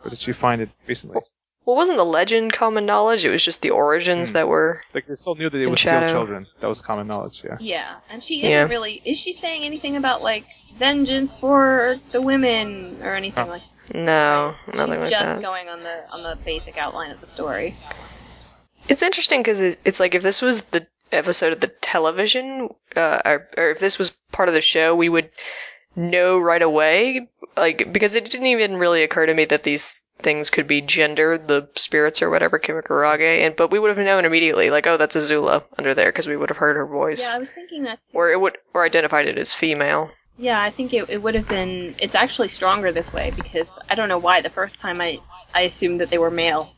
Speaker 1: or did she find it recently?
Speaker 3: Well, wasn't the legend common knowledge? It was just the origins
Speaker 1: Hmm.
Speaker 3: that were.
Speaker 1: Like they still knew that it
Speaker 3: In
Speaker 1: was
Speaker 3: shadow.
Speaker 1: still children. That was common knowledge. Yeah.
Speaker 4: Yeah, and she
Speaker 3: Yeah.
Speaker 4: isn't really. Is she saying anything about like vengeance for the women or anything
Speaker 1: Oh,
Speaker 4: like?
Speaker 3: No, nothing
Speaker 4: She's
Speaker 3: like
Speaker 4: just
Speaker 3: that.
Speaker 4: going on the on the basic outline of the story.
Speaker 3: It's interesting because it's like if this was the episode of the television, uh, or, or if this was part of the show, we would know right away. Like because it didn't even really occur to me that these things could be gendered, the spirits or whatever, Kimikurage, and but we would have known immediately. Like oh, that's Azula under there because we would have heard her voice,
Speaker 4: Yeah, I was thinking that too.
Speaker 3: or it would or identified it as female.
Speaker 4: yeah, I think it, it would have been. It's actually stronger this way because I don't know why the first time I I assumed that they were male,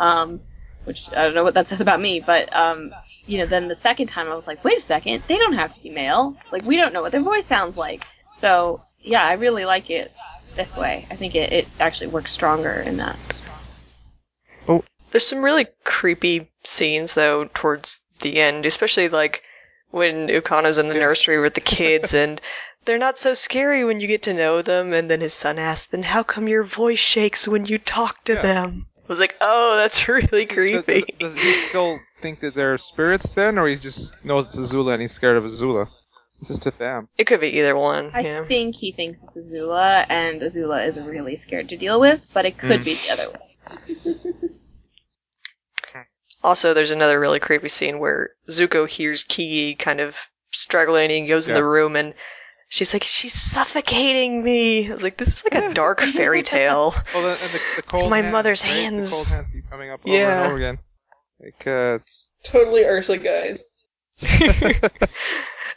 Speaker 4: um, which I don't know what that says about me, but um, you know, then the second time I was like, wait a second, they don't have to be male. Like we don't know what their voice sounds like. So yeah, I really like it this way. I think it, it actually works stronger in that.
Speaker 3: There's some really creepy scenes though towards the end, especially like when Ukana's in the nursery with
Speaker 1: [laughs]
Speaker 3: the kids and they're not so scary when you get to know them and then his son asks, Then how come your voice shakes when you talk to
Speaker 1: Yeah.
Speaker 3: them? I was like, Oh, that's [laughs] really
Speaker 1: Does, does,
Speaker 3: creepy.
Speaker 1: does he still think that they're spirits then, or he just knows it's Azula and he's scared of Azula? It's just a fam.
Speaker 3: It could be either one.
Speaker 4: I
Speaker 3: yeah.
Speaker 4: think he thinks it's Azula, and Azula is really scared to deal with, but it could be the other way.
Speaker 3: Also, there's another really creepy scene where Zuko hears Ki kind of struggling and he goes in
Speaker 1: Yeah.
Speaker 3: the room and she's like, She's suffocating me. I was like, This is
Speaker 1: [laughs]
Speaker 3: like a dark fairy tale.
Speaker 1: Well, the, and the, the cold
Speaker 3: My
Speaker 1: hands,
Speaker 3: mother's
Speaker 1: right?
Speaker 3: hands.
Speaker 1: The cold hands keep coming up over
Speaker 3: Yeah.
Speaker 1: and over again. Like uh,
Speaker 3: [laughs]
Speaker 2: it's totally Ursa guys.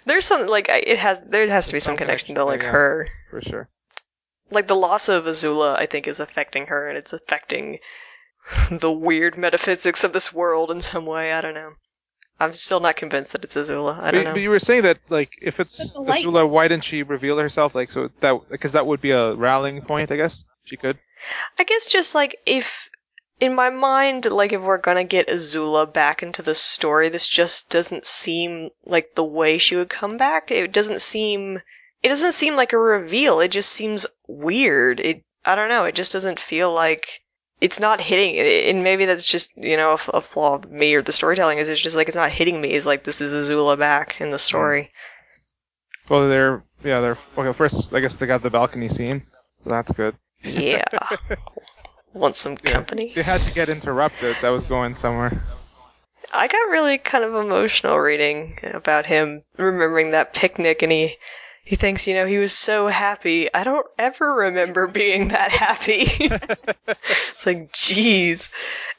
Speaker 3: There's some like I- it has there has to be some,
Speaker 1: Some connection
Speaker 3: connection, to
Speaker 1: there,
Speaker 3: like
Speaker 1: yeah.
Speaker 3: her.
Speaker 1: for sure.
Speaker 3: Like the loss of Azula, I think, is affecting her, and it's affecting [laughs] the weird metaphysics of this world in some way. I don't know. I'm still not convinced that it's Azula. I
Speaker 1: but,
Speaker 3: don't
Speaker 1: but
Speaker 3: know.
Speaker 1: you were saying that, like, if it's
Speaker 4: But the light-
Speaker 1: Azula, why didn't she reveal herself? Like, so that because that would be a rallying point, I guess. She could.
Speaker 3: I guess just like if in my mind, like if we're gonna get Azula back into the story, this just doesn't seem like the way she would come back. It doesn't seem it doesn't seem like a reveal. It just seems weird. It I don't know. It just doesn't feel like it's not hitting. And maybe that's just you know a, f- a flaw of me or the storytelling is it's just like it's not hitting me. It's like this is Azula back in the story.
Speaker 1: Well, they're yeah they're okay. First, I guess they got the balcony scene. So that's good. [laughs]
Speaker 3: Yeah, want some
Speaker 1: Mm. Yeah.
Speaker 3: company.
Speaker 1: They had to get interrupted. That was going somewhere.
Speaker 3: I got really kind of emotional reading about him remembering that picnic and he he thinks, you know, he was so happy. I don't ever remember [laughs] being that happy. it's like, jeez.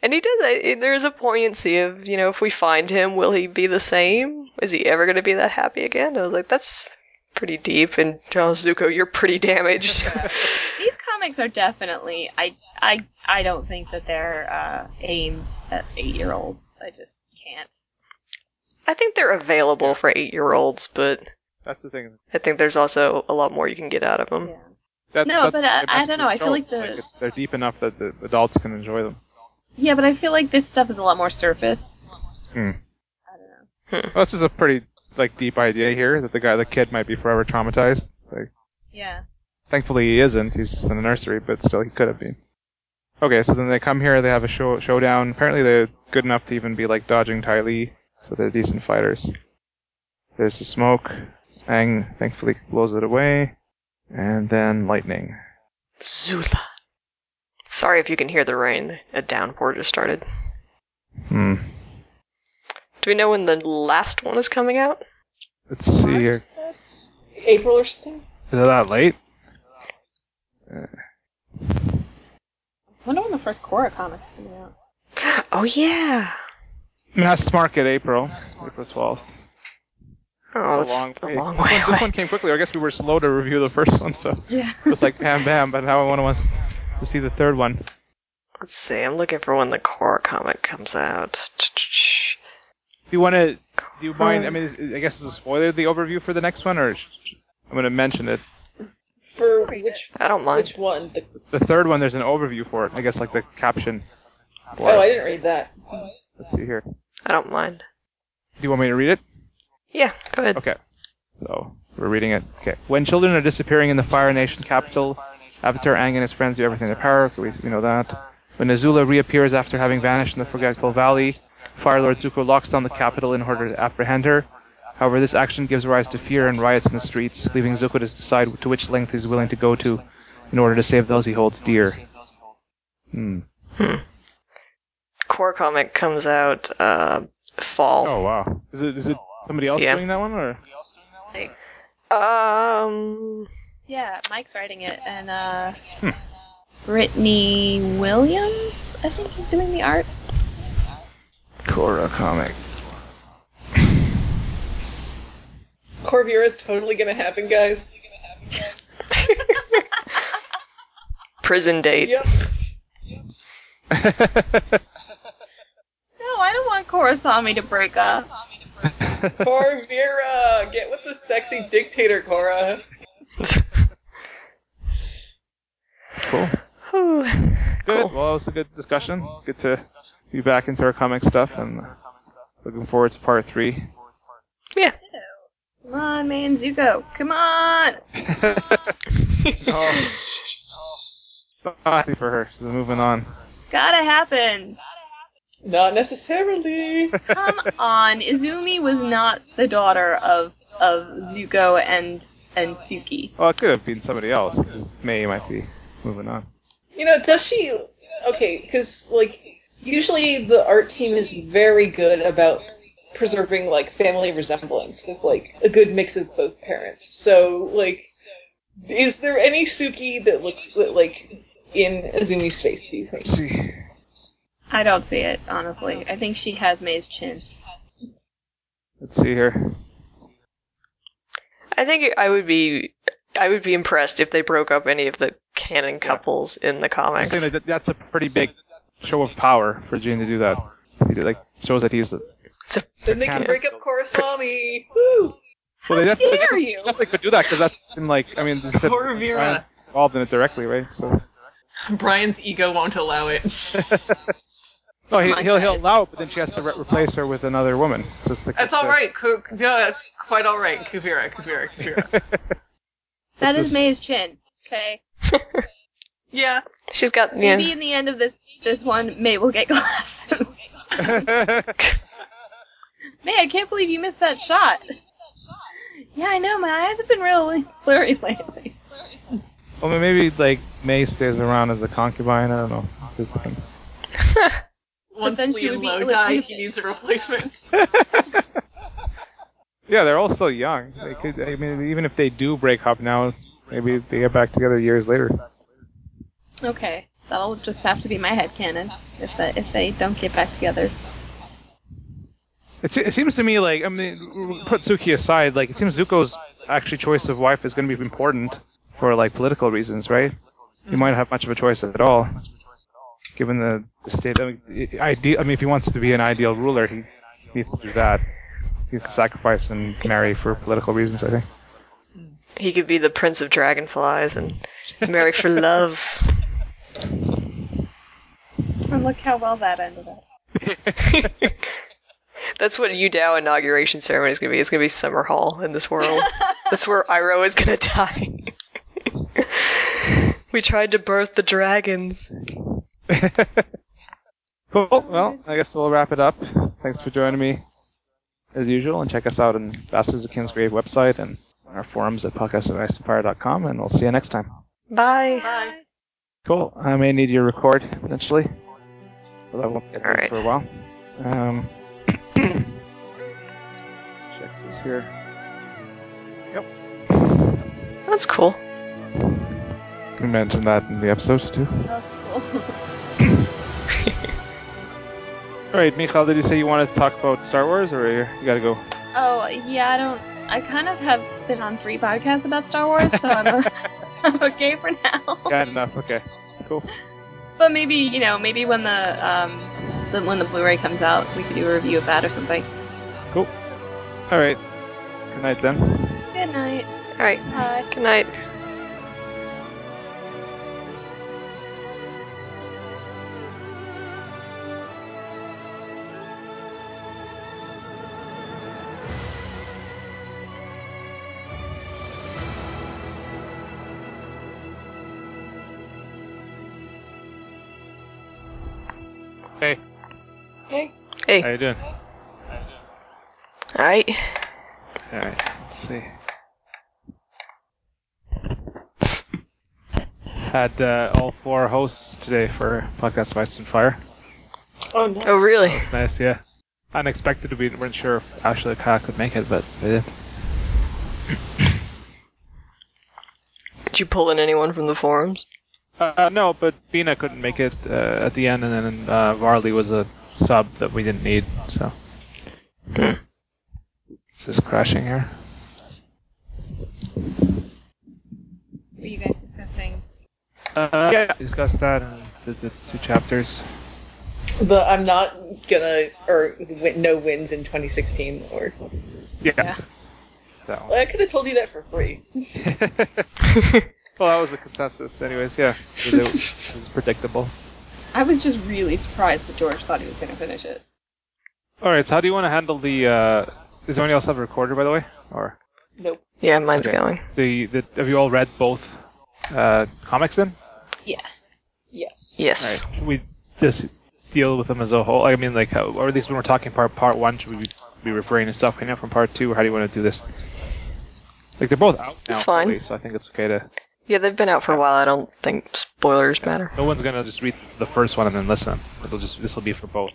Speaker 3: And he does it. There's a poignancy of, you know, if we find him, will he be the same? Is he ever going to be that happy again? I was like, that's pretty deep. And John Zuko, you're pretty damaged.
Speaker 4: These comics are definitely. I I I don't think that they're uh, aimed at eight year olds. I just can't.
Speaker 3: I think they're available for eight year olds, but
Speaker 1: That's the thing.
Speaker 3: I think there's also a lot more you can get out of them.
Speaker 4: Yeah.
Speaker 1: That's,
Speaker 4: No,
Speaker 1: that's
Speaker 4: but, uh,
Speaker 1: it
Speaker 4: I
Speaker 1: must
Speaker 4: don't
Speaker 1: be
Speaker 4: know, I feel
Speaker 1: sold.
Speaker 4: like the-
Speaker 1: it's, they're deep enough that the adults can enjoy them.
Speaker 4: Yeah, but I feel like this stuff is a lot more surface.
Speaker 1: Hmm.
Speaker 4: I don't know.
Speaker 1: Well, this is a pretty like deep idea here that the guy, the kid, might be forever traumatized. Like,
Speaker 4: Yeah.
Speaker 1: thankfully, he isn't. He's just in the nursery, but still, he could have been. Okay, so then they come here. They have a show showdown. Apparently, they're good enough to even be like dodging Ty Lee, so they're decent fighters. There's the smoke. Aang thankfully blows it away, and then lightning.
Speaker 3: Zula. Sorry if you can hear the rain. A downpour just started.
Speaker 1: Hmm.
Speaker 3: Do we know when the last one is coming out?
Speaker 1: Let's see here.
Speaker 2: April or something?
Speaker 1: Is it that late?
Speaker 4: I wonder when the first Korra comics coming out.
Speaker 3: Oh yeah.
Speaker 1: Mass market April, April twelfth.
Speaker 3: Oh,
Speaker 1: It's
Speaker 3: that's
Speaker 1: a
Speaker 3: a
Speaker 1: long
Speaker 3: long,
Speaker 1: way. this,
Speaker 3: [laughs] way
Speaker 1: one, this
Speaker 3: away.
Speaker 1: one came quickly. I guess we were slow to review the first one, so
Speaker 4: Yeah.
Speaker 1: it's like bam, bam. But now I want to want to see the third one.
Speaker 3: Let's see. I'm looking for when the core comic comes out. Ch-ch-ch.
Speaker 1: Do you want to? Do you mind? I mean, is, I guess it's a spoiler. The overview for the next one, or sh- sh- I'm going to mention it.
Speaker 2: For which
Speaker 3: I don't mind.
Speaker 2: which one? The,
Speaker 1: The third one, there's an overview for it. I guess like the caption. for
Speaker 2: oh, I
Speaker 1: it.
Speaker 2: didn't read that.
Speaker 1: Let's see here. Do
Speaker 3: I don't mind.
Speaker 1: you want me to read it?
Speaker 3: Yeah, go ahead.
Speaker 1: Okay. So we're reading it. Okay. When children are disappearing in the Fire Nation capital, Avatar Aang and his friends do everything in power. We, we know that. When Azula reappears after having vanished in the Forgetful Valley, Fire Lord Zuko locks down the capital in order to apprehend her. However, this action gives rise to fear and riots in the streets, leaving Zuko to decide to which length he's willing to go to in order to save those he holds dear. Hmm.
Speaker 3: Core comic comes out uh, fall.
Speaker 1: Oh, wow. Is it is it somebody else
Speaker 3: Yeah.
Speaker 1: doing that one or? Oh.
Speaker 3: Um,
Speaker 4: Yeah, Mike's writing it, and uh, Brittany Williams, I think, is doing the art.
Speaker 1: Korra comic.
Speaker 2: Corvair is totally gonna happen, guys.
Speaker 3: prison date.
Speaker 2: Yep.
Speaker 4: No, I don't want Korosami to break up.
Speaker 2: Corvira, get with the sexy dictator, Cora.
Speaker 1: Cool.
Speaker 3: Whew.
Speaker 1: Good.
Speaker 3: Cool.
Speaker 1: Well, it was a good discussion. Good to be back into our comic stuff, and uh, looking forward to part three.
Speaker 3: yeah.
Speaker 4: Come on, man, Zuko. Come on.
Speaker 1: So happy for her. She's moving on.
Speaker 4: Gotta happen.
Speaker 2: Not necessarily.
Speaker 4: Come on. Izumi was not the daughter of of Zuko and and Suki.
Speaker 1: Well, it could have been somebody else. It Just May might be moving on.
Speaker 2: You know, does she? Okay, because like usually the art team is very good about preserving like family resemblance with like a good mix of both parents. So like, is there any Suki that looks that, like in Azumi's face? Do you think?
Speaker 1: Let's see.
Speaker 4: I don't see it, honestly. I think she has May's chin.
Speaker 1: Let's see here.
Speaker 3: I think I would be I would be impressed if they broke up any of the canon couples in the
Speaker 1: I'm
Speaker 3: comics.
Speaker 1: saying that that's a pretty big show of power for Jane to do that. He did, like shows that he's. The,
Speaker 3: It's a-
Speaker 2: Then they can break up Korosami. Woo!
Speaker 1: well, they definitely,
Speaker 4: Dare you?
Speaker 1: definitely could do that because that's been like I mean, they said
Speaker 5: Cora Vera.
Speaker 1: Ryan's involved in it directly, right? So
Speaker 5: Brian's ego won't allow it.
Speaker 1: No, he,
Speaker 4: Come on,
Speaker 1: he'll he'll
Speaker 4: guys.
Speaker 1: allow it, but then she has to re- replace her with another woman. Just to
Speaker 5: That's all right. Cook. No, that's quite all right. Kavira,
Speaker 2: [laughs]
Speaker 5: Kavira, Kavira.
Speaker 4: That
Speaker 1: It's a-
Speaker 4: is May's chin. Okay.
Speaker 5: Yeah,
Speaker 3: She's got yeah.
Speaker 4: Maybe in the end of this this one, May will get [laughs] glasses. May, I can't believe you missed that shot. Yeah, I know. My eyes have been really [laughs] blurry lately.
Speaker 1: well, maybe like May stays around as a concubine. I don't know. Just looking.
Speaker 5: once
Speaker 4: then she
Speaker 5: Lee and
Speaker 4: would be
Speaker 5: Lo
Speaker 4: ill
Speaker 5: die,
Speaker 4: equipped.
Speaker 5: he needs a replacement.
Speaker 1: Yeah, they're all so young. They could. I mean, even if they do break up now, maybe they get back together years later.
Speaker 4: Okay, that'll just have to be my headcanon if that, if they don't get back together.
Speaker 1: It, se- it seems to me like I mean, w- put Suki aside. Like it seems Zuko's actually choice of wife is going to be important for like political reasons, right? He might not have much of a choice at all, given the, the state. I mean, i- ide- I mean, if he wants to be an ideal ruler, he needs to do that. He needs to sacrifice and marry for political reasons. I think.
Speaker 3: He could be the prince of dragonflies and marry for love.
Speaker 4: And look how well that ended up.
Speaker 3: That's what Udao inauguration ceremony is going to be. It's going to be Summer Hall in this world. That's where Iroh is going to die. we tried to birth the dragons.
Speaker 1: Cool. Well, I guess we'll wrap it up. Thanks for joining me as usual, and check us out on Bastards of King's Grave website and on our forums at podcastoficefire.com, and we'll see you next time.
Speaker 3: Bye.
Speaker 5: Bye.
Speaker 1: Cool. I may need you to record potentially. Although I won't get
Speaker 3: All right.
Speaker 1: for a while. Um, [coughs] check this here.
Speaker 3: That's cool.
Speaker 1: You can mention that in the episodes too.
Speaker 4: Oh, cool.
Speaker 1: All right, Michal, did you say you wanted to talk about Star Wars, or you you gotta go?
Speaker 4: oh yeah, I don't. I kind of have been on three podcasts about Star Wars, so [laughs] I'm, I'm okay for now.
Speaker 1: Got enough. Okay. Cool.
Speaker 4: But maybe you know, maybe when the um, the, when the Blu-ray comes out, we could do a review of that or something.
Speaker 1: Cool. All right. Good night then.
Speaker 4: Good night.
Speaker 3: All right.
Speaker 4: Bye.
Speaker 3: Good night.
Speaker 1: Hey,
Speaker 5: Hey.
Speaker 1: how
Speaker 3: Hey.
Speaker 1: you doing?
Speaker 3: All right.
Speaker 1: All right. Let's see. Had uh, all four hosts today for podcast Vice and Fire.
Speaker 2: Oh no.
Speaker 3: Oh, really?
Speaker 1: It's nice, yeah. Unexpected to be weren't sure if Ashley Cock would make it, but they did.
Speaker 3: Did you pull in anyone from the forums?
Speaker 1: Uh, no, but Bina couldn't make it uh, at the end, and then uh, Varley was a sub that we didn't need. So is this crashing here?
Speaker 4: Were you guys discussing?
Speaker 1: Uh, yeah, discussed that and did the two chapters.
Speaker 2: [laughs] The I'm not gonna or win, no wins in 2016 or
Speaker 1: Yeah, [laughs]
Speaker 4: Yeah.
Speaker 1: that one.
Speaker 2: I could have told you that for free.
Speaker 1: well, that was the consensus, anyways. Yeah, it was it was predictable.
Speaker 4: I was just really surprised that George thought he was going to finish it.
Speaker 1: All right, so how do you want to handle the? Uh, does anyone else have a recorder, by the way, or?
Speaker 2: Nope.
Speaker 3: Yeah, mine's
Speaker 1: Okay.
Speaker 3: going.
Speaker 1: the, the have you all read both uh, comics then?
Speaker 4: Yeah.
Speaker 2: Yes.
Speaker 3: Yes.
Speaker 1: Should we just deal with them as a whole? I mean, like, how, or at least when we're talking part part one, should we be referring to stuff right now from part two, or how do you want to do this? Like, they're both out now,
Speaker 3: It's fine.
Speaker 1: fully, so I think it's okay to.
Speaker 3: Yeah, they've been out for a while. I don't think spoilers matter.
Speaker 1: No one's gonna just read the first one and then listen. It'll just this will be for both.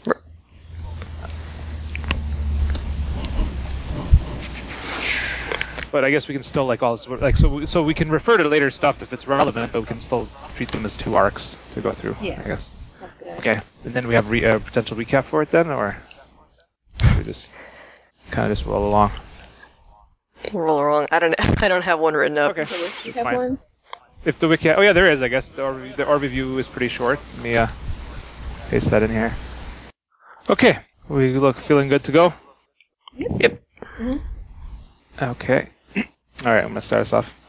Speaker 1: But I guess we can still like all like so we- so we can refer to later stuff if it's relevant, but we can still treat them as two arcs to go through.
Speaker 4: Yeah.
Speaker 1: I guess.
Speaker 4: That's good.
Speaker 1: Okay, and then we have re- a potential recap for it then, or we just kind of just roll along.
Speaker 3: Roll along. I don't. [laughs] I don't have one written up.
Speaker 1: Okay,
Speaker 4: So let's
Speaker 1: that's
Speaker 4: have
Speaker 1: fine.
Speaker 4: one.
Speaker 1: If the wiki, oh yeah, there is. I guess the orb, the orb review is pretty short. Let me uh, paste that in here. Okay, we look feeling good to go.
Speaker 3: Yep.
Speaker 1: Okay, [clears throat] all right, I'm gonna start us off.